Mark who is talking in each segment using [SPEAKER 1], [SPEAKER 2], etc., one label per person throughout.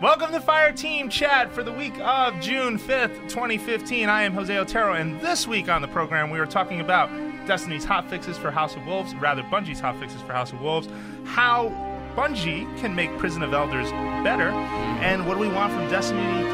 [SPEAKER 1] Welcome to Fire Team Chat for the week of June 5th, 2015. I am Jose Otero, and this week on the program, we are talking about Destiny's hot fixes for House of Wolves, rather, Bungie's hot fixes for House of Wolves, how Bungie can make Prison of Elders better, and what do we want from Destiny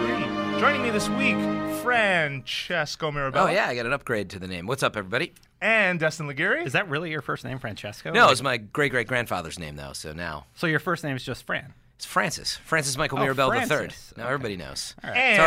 [SPEAKER 1] 3. Joining me this week, Francesco Mirabella
[SPEAKER 2] Oh yeah, I got an upgrade to the name. What's up, everybody?
[SPEAKER 1] and Destin Laguerre.
[SPEAKER 3] Is that really your first name, Francesco?
[SPEAKER 2] No,
[SPEAKER 3] Like-
[SPEAKER 2] it's my great great grandfather's name though, so now
[SPEAKER 3] so your first name is just Fran.
[SPEAKER 2] it's Francis. Francis Michael
[SPEAKER 3] Oh,
[SPEAKER 2] Mirabel III.
[SPEAKER 3] Francis.
[SPEAKER 2] Now
[SPEAKER 3] Okay.
[SPEAKER 2] everybody knows.
[SPEAKER 1] and
[SPEAKER 2] It's all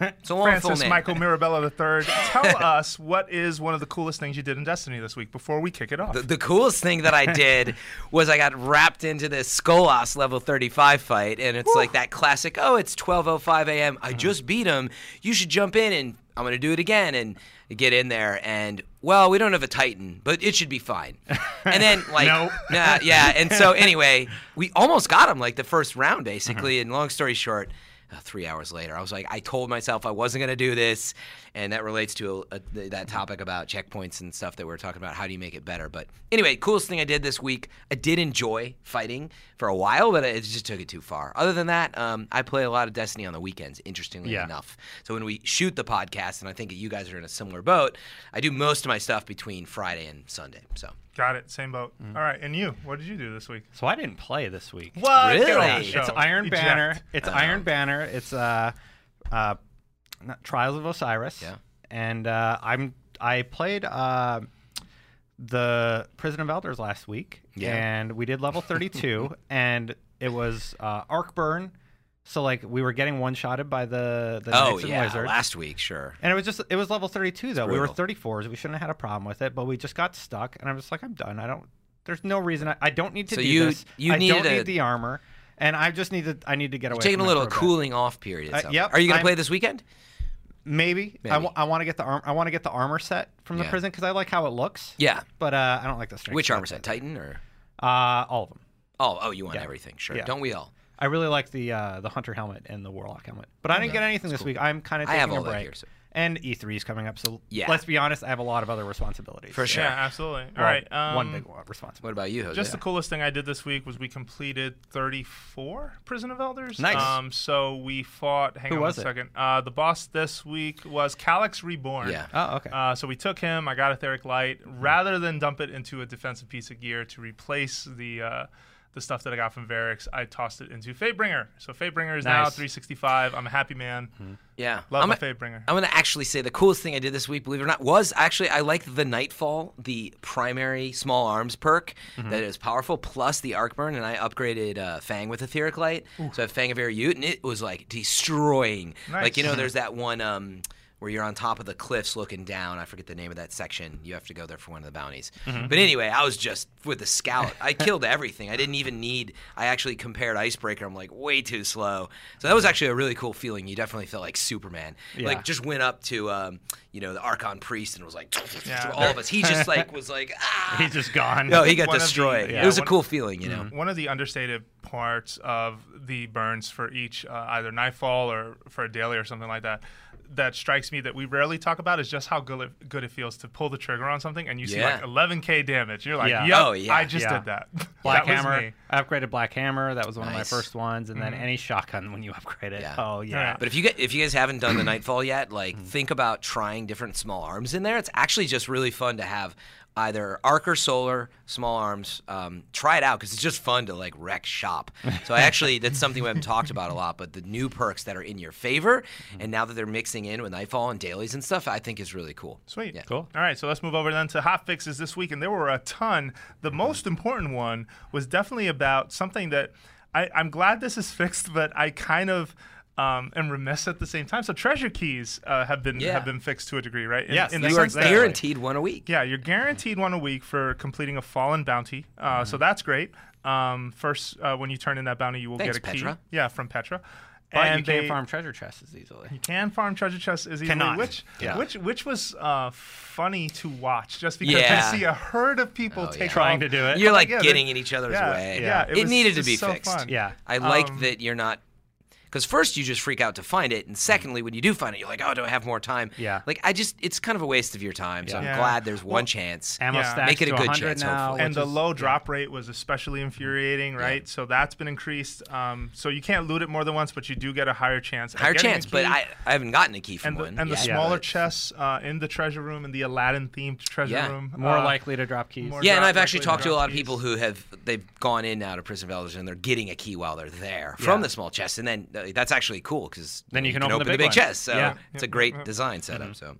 [SPEAKER 2] right. It's a long full
[SPEAKER 1] Francis
[SPEAKER 2] name.
[SPEAKER 1] Michael Mirabella III. Tell us what is one of the coolest things you did in Destiny this week before we kick it off.
[SPEAKER 2] The, the coolest thing that I did was I got wrapped into this Skolas level 35 fight, and it's like that classic. Oh, it's 12:05 a.m. I just beat him. You should jump in, and I'm gonna do it again, and get in there. And well, we don't have a Titan, but it should be fine. And then like,
[SPEAKER 1] No.
[SPEAKER 2] nah, yeah. And so anyway, we almost got him like the first round, basically. And long story short. uh, Three hours later, I was like, I told myself I wasn't going to do this, and that relates to uh th that topic about checkpoints and stuff that we were talking about. How do you make it better? But anyway, coolest thing I did this week. I did enjoy fighting for a while, but it just took it too far. Other than that, um, I play a lot of Destiny on the weekends. Interestingly
[SPEAKER 3] Yeah.
[SPEAKER 2] enough, so when we shoot the podcast, and I think you guys are in a similar boat, I do most of my stuff between Friday and Sunday. So
[SPEAKER 1] Got it. Same boat.
[SPEAKER 3] Mm-hmm.
[SPEAKER 1] All right. And you? What did you do this week?
[SPEAKER 3] So I didn't play this week.
[SPEAKER 1] What?
[SPEAKER 2] Really?
[SPEAKER 3] It's Iron Banner. It's Iron Banner. It's uh, uh, not, Trials of Osiris.
[SPEAKER 2] Yeah.
[SPEAKER 3] And uh, I'm I played uh, the Prison of Elders last week.
[SPEAKER 2] Yeah.
[SPEAKER 3] And we did level 32, and it was uh, arc burn. So like we were getting one shotted by the the
[SPEAKER 2] oh
[SPEAKER 3] knights and
[SPEAKER 2] yeah,
[SPEAKER 3] wizards.
[SPEAKER 2] last week, sure.
[SPEAKER 3] And it was just it was level 32 though. We were
[SPEAKER 2] brutal.
[SPEAKER 3] 34s. We shouldn't have had a problem with it, but we just got stuck. And I'm just like, I'm done. I don't. There's no reason. I, I don't need to
[SPEAKER 2] So
[SPEAKER 3] do
[SPEAKER 2] you-
[SPEAKER 3] this.
[SPEAKER 2] you
[SPEAKER 3] I don't
[SPEAKER 2] needed a-
[SPEAKER 3] need the armor, and I just need to. I need to get away.
[SPEAKER 2] Taking
[SPEAKER 3] from
[SPEAKER 2] a
[SPEAKER 3] it
[SPEAKER 2] little
[SPEAKER 3] for bit.
[SPEAKER 2] cooling off period.
[SPEAKER 3] Uh,
[SPEAKER 2] something.
[SPEAKER 3] yep,
[SPEAKER 2] Are you going to
[SPEAKER 3] I'm-
[SPEAKER 2] play this weekend?
[SPEAKER 3] Maybe. I
[SPEAKER 2] Maybe.
[SPEAKER 3] want to get the arm. I want to get the armor set from the
[SPEAKER 2] Yeah.
[SPEAKER 3] prison because I like how it looks.
[SPEAKER 2] Yeah.
[SPEAKER 3] But uh, I don't like the strength.
[SPEAKER 2] Which
[SPEAKER 3] set.
[SPEAKER 2] armor set? Titan or?
[SPEAKER 3] Uh, all of them.
[SPEAKER 2] Oh, oh, you want everything? Sure.
[SPEAKER 3] Yeah.
[SPEAKER 2] Don't we all?
[SPEAKER 3] I really like the uh, the hunter helmet and the warlock helmet, but I didn't get anything this week. I'm kind of
[SPEAKER 2] I
[SPEAKER 3] taking
[SPEAKER 2] have
[SPEAKER 3] a
[SPEAKER 2] all that
[SPEAKER 3] break.
[SPEAKER 2] here, so-
[SPEAKER 3] And E3 is coming up, so
[SPEAKER 2] Yeah.
[SPEAKER 3] let's be honest. I have a lot of other responsibilities.
[SPEAKER 2] For
[SPEAKER 3] So-
[SPEAKER 2] sure.
[SPEAKER 1] Yeah, absolutely. All
[SPEAKER 3] Well,
[SPEAKER 1] right. Um,
[SPEAKER 3] one big one responsibility.
[SPEAKER 2] What about you, Jose?
[SPEAKER 1] Just the coolest thing I did this week was we completed 34 Prison of Elders.
[SPEAKER 3] Nice.
[SPEAKER 1] Um, so we fought. Hang
[SPEAKER 3] Who
[SPEAKER 1] on
[SPEAKER 3] was
[SPEAKER 1] one
[SPEAKER 3] it?
[SPEAKER 1] second. Uh, the boss this week was Calix Reborn.
[SPEAKER 2] Yeah.
[SPEAKER 3] Oh, okay.
[SPEAKER 1] Uh, so we took him. I got Etheric Light.
[SPEAKER 3] Mm-hmm.
[SPEAKER 1] Rather than dump it into a defensive piece of gear to replace the uh, the stuff that I got from Varix, I tossed it into Fatebringer. So Fatebringer is now
[SPEAKER 3] Nice. Mm-hmm.
[SPEAKER 1] 365. I'm a happy man.
[SPEAKER 2] yeah.
[SPEAKER 1] Love
[SPEAKER 2] I'm,
[SPEAKER 1] my Fatebringer.
[SPEAKER 2] I'm gonna actually say the coolest thing I did this week, believe it or not, was actually I liked the Nightfall, the primary small arms perk
[SPEAKER 3] Mm-hmm.
[SPEAKER 2] that is powerful, plus the arc burn, and I upgraded uh, Fang with Etheric Light, so I have Fang of Air Ute, and it was like destroying. Like you know,
[SPEAKER 1] Nice.
[SPEAKER 2] there's that one. Um, where you're on top of the cliffs looking down. I forget the name of that section. You have to go there for one of the bounties.
[SPEAKER 1] Mm-hmm.
[SPEAKER 2] But anyway, I was just with the scout. I killed everything. I didn't even need. I actually compared Icebreaker. I'm like way too slow. So that was actually a really cool feeling. You definitely felt like Superman. Like just went up to um, you know the Archon priest and was like
[SPEAKER 1] Yeah.
[SPEAKER 2] all of us. He just like was like ah.
[SPEAKER 3] He's just gone.
[SPEAKER 2] no, he got
[SPEAKER 1] One of the-
[SPEAKER 2] destroyed.
[SPEAKER 1] yeah,
[SPEAKER 2] it was a
[SPEAKER 1] one- Mm-hmm.
[SPEAKER 2] cool feeling, you know.
[SPEAKER 1] One of the understated parts of the burns for each, uh, either Nightfall or for a daily or something like that, that strikes me that we rarely talk about is just how good it, good it feels to pull the trigger on something and you see
[SPEAKER 2] Yeah.
[SPEAKER 1] like 11k damage. You're like,
[SPEAKER 3] Yeah.
[SPEAKER 1] "Yup,
[SPEAKER 2] Oh, yeah,
[SPEAKER 1] I just
[SPEAKER 3] yeah.
[SPEAKER 1] did that.
[SPEAKER 3] Black
[SPEAKER 1] That was
[SPEAKER 3] Hammer.
[SPEAKER 1] me.
[SPEAKER 3] I upgraded Black Hammer. That was one of my
[SPEAKER 2] Nice. Mm-hmm.
[SPEAKER 3] first ones. And then any shotgun when you upgrade it.
[SPEAKER 2] Yeah.
[SPEAKER 3] Oh yeah.
[SPEAKER 1] Yeah.
[SPEAKER 2] But if you get if you guys haven't done the Nightfall yet, like think about trying different small arms in there. It's actually just really fun to have either arc or solar small arms. Um, try it out because it's just fun to like wreck shop. So I actually that's something we haven't talked about a lot, but the new perks that are in your favor, and now that they're mixing in with Nightfall and dailies and stuff, I think is really cool.
[SPEAKER 1] Sweet.
[SPEAKER 2] Yeah.
[SPEAKER 3] Cool.
[SPEAKER 1] All right, so let's move over then to hot fixes this week, and there were a ton. The most important one was definitely about something that I, I'm glad this is fixed, but I kind of um, am remiss at the same time. So treasure keys uh, have been
[SPEAKER 2] Yeah.
[SPEAKER 1] have been fixed to a degree, right? In,
[SPEAKER 3] Yes,
[SPEAKER 1] in the
[SPEAKER 2] You are
[SPEAKER 1] sense that-
[SPEAKER 2] guaranteed one a week.
[SPEAKER 1] yeah, you're guaranteed one a week for completing a fallen bounty. Uh,
[SPEAKER 3] Mm-hmm.
[SPEAKER 1] So that's great. Um, first, uh, when you turn in that bounty, you will
[SPEAKER 2] Thanks,
[SPEAKER 1] get a key.
[SPEAKER 2] Petra.
[SPEAKER 1] Yeah, from Petra.
[SPEAKER 3] But
[SPEAKER 1] and
[SPEAKER 3] you can't
[SPEAKER 1] they-
[SPEAKER 3] farm treasure chests as easily.
[SPEAKER 1] can farm treasure chests is easily
[SPEAKER 3] Cannot.
[SPEAKER 1] which
[SPEAKER 3] Yeah.
[SPEAKER 1] which which was uh, funny to watch just because
[SPEAKER 2] Yeah.
[SPEAKER 1] I see a herd of people
[SPEAKER 2] Oh,
[SPEAKER 1] take
[SPEAKER 2] yeah.
[SPEAKER 3] Trying
[SPEAKER 1] off.
[SPEAKER 3] to do it.
[SPEAKER 2] You're
[SPEAKER 1] my
[SPEAKER 2] like
[SPEAKER 1] God,
[SPEAKER 2] getting
[SPEAKER 1] it-
[SPEAKER 2] in each other's
[SPEAKER 1] yeah,
[SPEAKER 2] way.
[SPEAKER 1] yeah, it
[SPEAKER 2] it,
[SPEAKER 1] was
[SPEAKER 2] needed to
[SPEAKER 1] just
[SPEAKER 2] be
[SPEAKER 1] so
[SPEAKER 2] fixed.
[SPEAKER 1] fun.
[SPEAKER 3] Yeah.
[SPEAKER 2] I like
[SPEAKER 1] Um,
[SPEAKER 2] that you're not Because first you just freak out to find it, and secondly, when you do find it, you're like, oh, do I have more time?
[SPEAKER 3] Yeah.
[SPEAKER 2] Like I just, it's kind of a waste of your time. So
[SPEAKER 1] Yeah.
[SPEAKER 2] I'm glad there's one chance.
[SPEAKER 3] Ammo
[SPEAKER 1] Yeah.
[SPEAKER 3] stacks
[SPEAKER 2] Make it a
[SPEAKER 3] to
[SPEAKER 2] good
[SPEAKER 3] 100
[SPEAKER 2] chance,
[SPEAKER 3] now,
[SPEAKER 2] hopefully.
[SPEAKER 3] which
[SPEAKER 1] and the
[SPEAKER 3] is-
[SPEAKER 1] low drop rate was especially infuriating, right? So that's been increased. Um, so you can't loot it more than once, but you do get a higher chance. at
[SPEAKER 2] Higher
[SPEAKER 1] getting a
[SPEAKER 2] chance, but
[SPEAKER 1] key.
[SPEAKER 2] I, I haven't gotten a key from
[SPEAKER 1] and the,
[SPEAKER 2] one.
[SPEAKER 1] and the
[SPEAKER 2] yet,
[SPEAKER 1] smaller
[SPEAKER 2] but-
[SPEAKER 1] chests uh, in the treasure room in the Aladdin themed treasure
[SPEAKER 2] Yeah.
[SPEAKER 1] room
[SPEAKER 3] more
[SPEAKER 1] uh,
[SPEAKER 3] likely to drop keys.
[SPEAKER 1] more-
[SPEAKER 2] Yeah, and
[SPEAKER 1] drop
[SPEAKER 2] I've actually
[SPEAKER 1] likely
[SPEAKER 2] talked to a
[SPEAKER 1] drop
[SPEAKER 2] lot of
[SPEAKER 1] keys.
[SPEAKER 2] people who have they've gone in now to prison of elders and they're getting a key while they're there from
[SPEAKER 3] Yeah.
[SPEAKER 2] the small chest, and then uh, that's actually cool because
[SPEAKER 3] Then you can open the
[SPEAKER 2] the
[SPEAKER 3] big
[SPEAKER 2] big
[SPEAKER 3] one.
[SPEAKER 2] chest. So
[SPEAKER 3] Yeah.
[SPEAKER 2] it's a great design setup. So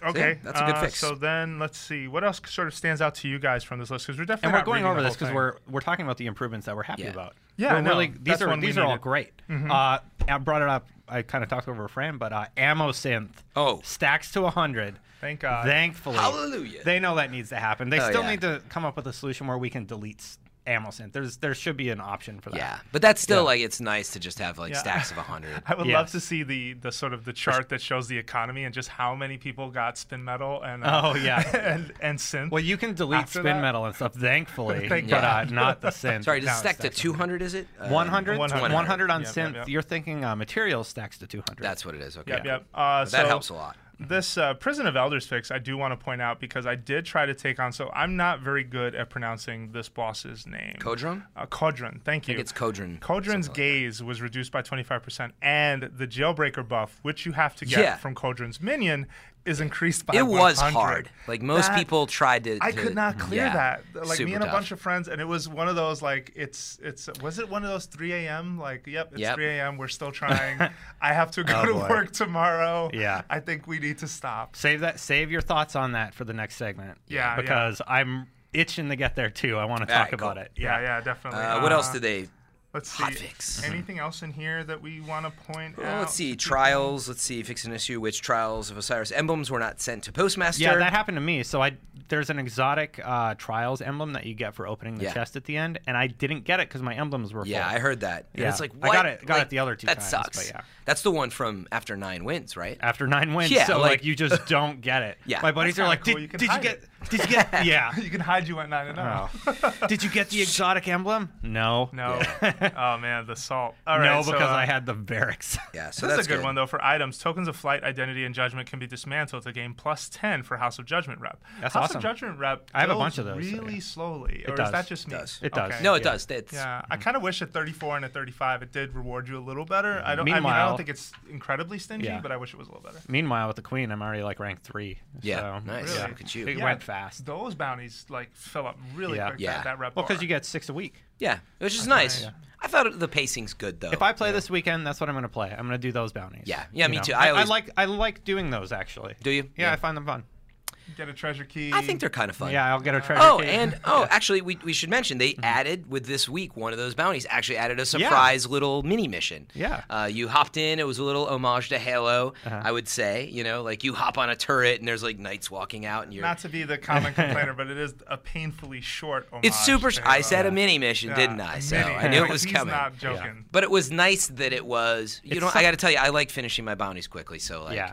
[SPEAKER 1] Okay,
[SPEAKER 2] yeah, that's a good
[SPEAKER 1] uh,
[SPEAKER 2] fix.
[SPEAKER 1] So then let's see what else sort of stands out to you guys from this list because we're definitely
[SPEAKER 3] and we're
[SPEAKER 1] not
[SPEAKER 3] going
[SPEAKER 1] reading
[SPEAKER 3] over
[SPEAKER 1] the
[SPEAKER 3] this
[SPEAKER 1] whole
[SPEAKER 3] because
[SPEAKER 1] thing.
[SPEAKER 3] we're we're talking about the improvements that we're happy
[SPEAKER 2] Yeah.
[SPEAKER 3] about.
[SPEAKER 1] Yeah,
[SPEAKER 3] We're
[SPEAKER 1] no,
[SPEAKER 3] really these
[SPEAKER 1] that's
[SPEAKER 3] are
[SPEAKER 1] one we
[SPEAKER 3] these are all
[SPEAKER 1] needed. Mm-hmm.
[SPEAKER 3] great. Uh, I brought it up. I kind of talked over a frame, but uh, ammo synth.
[SPEAKER 2] Oh.
[SPEAKER 3] stacks to hundred.
[SPEAKER 1] Thank God.
[SPEAKER 3] Thankfully,
[SPEAKER 2] Hallelujah.
[SPEAKER 3] They know that needs to happen. They
[SPEAKER 2] Oh,
[SPEAKER 3] still
[SPEAKER 2] yeah.
[SPEAKER 3] need to come up with a solution where we can delete s- ammo synth. There's there should be an option for that.
[SPEAKER 2] yeah, but that's still like it's nice to just have like
[SPEAKER 1] Yeah.
[SPEAKER 2] stacks of hundred.
[SPEAKER 1] I would
[SPEAKER 3] Yeah.
[SPEAKER 1] love to see the the sort of the chart that shows the economy and just how many people got spin metal and uh,
[SPEAKER 3] Oh, yeah.
[SPEAKER 1] and, and synth.
[SPEAKER 3] Well, you can delete
[SPEAKER 1] After
[SPEAKER 3] spin
[SPEAKER 1] that-
[SPEAKER 3] metal and stuff. Thankfully,
[SPEAKER 1] Thank
[SPEAKER 3] but uh,
[SPEAKER 2] God.
[SPEAKER 3] not the synth.
[SPEAKER 2] Sorry, does it
[SPEAKER 1] No,
[SPEAKER 2] stack to
[SPEAKER 1] stacks of
[SPEAKER 2] two hundred? Is it Uh,
[SPEAKER 3] 100,
[SPEAKER 1] 100.
[SPEAKER 3] 100, on
[SPEAKER 1] Yep,
[SPEAKER 3] synth.
[SPEAKER 1] yep, yep.
[SPEAKER 3] You're thinking uh, material stacks to 200.
[SPEAKER 2] That's what it is. Okay,
[SPEAKER 1] Yep, yep. Uh,
[SPEAKER 2] But that
[SPEAKER 1] so
[SPEAKER 2] helps a lot.
[SPEAKER 1] This uh, Prison of Elders fix, I do want to point out because I did try to take on. So I'm not very good at pronouncing this boss's name.
[SPEAKER 2] Kodrum?
[SPEAKER 1] Uh, Codron. Thank you.
[SPEAKER 2] it's Codron,
[SPEAKER 1] Codron's
[SPEAKER 2] something like that.
[SPEAKER 1] gaze was reduced by 25%, and the jailbreaker buff, which you have to get
[SPEAKER 2] Yeah.
[SPEAKER 1] from Codron's minion, is increased by.
[SPEAKER 2] It was
[SPEAKER 1] 100.
[SPEAKER 2] hard. Like most
[SPEAKER 1] That-
[SPEAKER 2] people tried to.
[SPEAKER 1] I
[SPEAKER 2] to-
[SPEAKER 1] could not clear
[SPEAKER 2] yeah,
[SPEAKER 1] that. Like me
[SPEAKER 2] super
[SPEAKER 1] and a
[SPEAKER 2] tough.
[SPEAKER 1] bunch of friends, and it was one of those like it's it's was it one of those 3 a.m. Like yep, it's
[SPEAKER 2] Yep.
[SPEAKER 1] 3 a.m. We're still trying. I have to go
[SPEAKER 2] Oh,
[SPEAKER 1] to
[SPEAKER 2] boy.
[SPEAKER 1] work tomorrow.
[SPEAKER 3] Yeah.
[SPEAKER 1] I think we need to stop.
[SPEAKER 3] Save that. Save your thoughts on that for the next segment.
[SPEAKER 1] Yeah, yeah.
[SPEAKER 3] because I'm itching to get there too. I want to talk
[SPEAKER 2] right,
[SPEAKER 3] about
[SPEAKER 2] cool.
[SPEAKER 3] it.
[SPEAKER 1] Yeah, yeah, definitely.
[SPEAKER 2] Uh, what else did they?
[SPEAKER 1] Let's see.
[SPEAKER 2] Hot fix.
[SPEAKER 1] Anything else in here that we want to point
[SPEAKER 2] Well,
[SPEAKER 1] out?
[SPEAKER 2] let's see. Trials. Let's see. Fix an issue. Which trials of Osiris emblems were not sent to Postmaster?
[SPEAKER 3] Yeah, that happened to me. So I there's an exotic uh, trials emblem that you get for opening the
[SPEAKER 2] Yeah.
[SPEAKER 3] chest at the end, and I didn't get it because my emblems were
[SPEAKER 2] Yeah,
[SPEAKER 3] full.
[SPEAKER 2] I heard that. And
[SPEAKER 3] Yeah.
[SPEAKER 2] it's like
[SPEAKER 3] I got
[SPEAKER 2] what?
[SPEAKER 3] it- got it
[SPEAKER 2] Like,
[SPEAKER 3] the other two
[SPEAKER 2] That
[SPEAKER 3] times, but
[SPEAKER 2] sucks.
[SPEAKER 3] yeah.
[SPEAKER 2] That's the one from after nine wins, right?
[SPEAKER 3] after nine wins.
[SPEAKER 2] Yeah,
[SPEAKER 3] so like,
[SPEAKER 2] like-
[SPEAKER 3] you just don't get it.
[SPEAKER 2] Yeah.
[SPEAKER 3] my buddies
[SPEAKER 1] That's kinda
[SPEAKER 3] are like,
[SPEAKER 1] cool.
[SPEAKER 3] did,
[SPEAKER 1] You can
[SPEAKER 3] did you
[SPEAKER 1] hide
[SPEAKER 3] get?
[SPEAKER 1] it."
[SPEAKER 3] Did you get? yeah.
[SPEAKER 1] You can hide you at nine and
[SPEAKER 3] Oh.
[SPEAKER 1] oh.
[SPEAKER 3] did you get the exotic emblem? No.
[SPEAKER 1] No. oh man, the salt. All right.
[SPEAKER 3] No,
[SPEAKER 1] so,
[SPEAKER 3] because
[SPEAKER 1] uh,
[SPEAKER 3] I had the barracks.
[SPEAKER 2] Yeah, so
[SPEAKER 1] This
[SPEAKER 2] that's
[SPEAKER 1] is a good, one though for items. Tokens of flight, identity, and judgment can be dismantled to gain plus ten for House of Judgment rep.
[SPEAKER 3] That's
[SPEAKER 1] House
[SPEAKER 3] awesome.
[SPEAKER 1] of Judgment rep.
[SPEAKER 3] I have a
[SPEAKER 1] builds
[SPEAKER 3] bunch of those, so,
[SPEAKER 1] Really
[SPEAKER 3] yeah.
[SPEAKER 1] slowly, or
[SPEAKER 3] does.
[SPEAKER 1] is that just me?
[SPEAKER 2] Does.
[SPEAKER 3] It does.
[SPEAKER 2] No, it
[SPEAKER 3] Yeah.
[SPEAKER 2] does. It's
[SPEAKER 1] Yeah, I kind of wish at 34 and at 35 it did reward you a little better. I don't. I mean, I
[SPEAKER 3] Meanwhile-
[SPEAKER 1] don't think it's incredibly stingy,
[SPEAKER 3] Yeah.
[SPEAKER 1] but I wish it was a little better.
[SPEAKER 3] Meanwhile, with the queen, I'm already like rank three.
[SPEAKER 2] Yeah,
[SPEAKER 3] so-
[SPEAKER 2] nice.
[SPEAKER 1] Really?
[SPEAKER 2] Look at you.
[SPEAKER 3] It
[SPEAKER 1] Yeah,
[SPEAKER 3] went fast.
[SPEAKER 1] Those bounties like fill up really
[SPEAKER 3] Yeah.
[SPEAKER 1] quick.
[SPEAKER 2] Yeah.
[SPEAKER 1] That, that rep.
[SPEAKER 3] Well, because
[SPEAKER 1] bar.
[SPEAKER 3] you get six a week.
[SPEAKER 2] Yeah, which is nice. I thought the pacing's good though.
[SPEAKER 3] If I play this weekend, that's what I'm going to play. I'm going to do those bounties.
[SPEAKER 2] Yeah. Yeah,
[SPEAKER 3] You
[SPEAKER 2] me
[SPEAKER 3] know?
[SPEAKER 2] too. I
[SPEAKER 3] I, I
[SPEAKER 2] always-
[SPEAKER 3] like I like doing those actually.
[SPEAKER 2] Do you?
[SPEAKER 3] Yeah,
[SPEAKER 2] Yeah.
[SPEAKER 3] I find them fun.
[SPEAKER 1] get a treasure key.
[SPEAKER 2] I think they're kind of fun.
[SPEAKER 3] Yeah, I'll get a treasure.
[SPEAKER 2] Oh,
[SPEAKER 3] key.
[SPEAKER 2] and oh, actually, we, we should mention they added with this week one of those bounties. Actually, added a
[SPEAKER 3] Yeah.
[SPEAKER 2] surprise little mini mission.
[SPEAKER 3] Yeah.
[SPEAKER 2] uh, you hopped in. It was a little homage to Halo, I would say. You know, like you hop on a turret and there's like knights walking out, and you're.
[SPEAKER 1] not to be the common complainer, but it is a painfully short. homage
[SPEAKER 2] it's super.
[SPEAKER 1] to
[SPEAKER 2] I
[SPEAKER 1] Halo.
[SPEAKER 2] said a mini mission,
[SPEAKER 1] Yeah,
[SPEAKER 2] didn't I? So
[SPEAKER 1] mini.
[SPEAKER 2] I knew it was
[SPEAKER 1] He's
[SPEAKER 2] coming.
[SPEAKER 1] Not joking.
[SPEAKER 2] But it was nice that it was. You
[SPEAKER 3] It's
[SPEAKER 2] know,
[SPEAKER 3] some-
[SPEAKER 2] I got to tell you, I like finishing my bounties quickly. So like,
[SPEAKER 3] Yeah.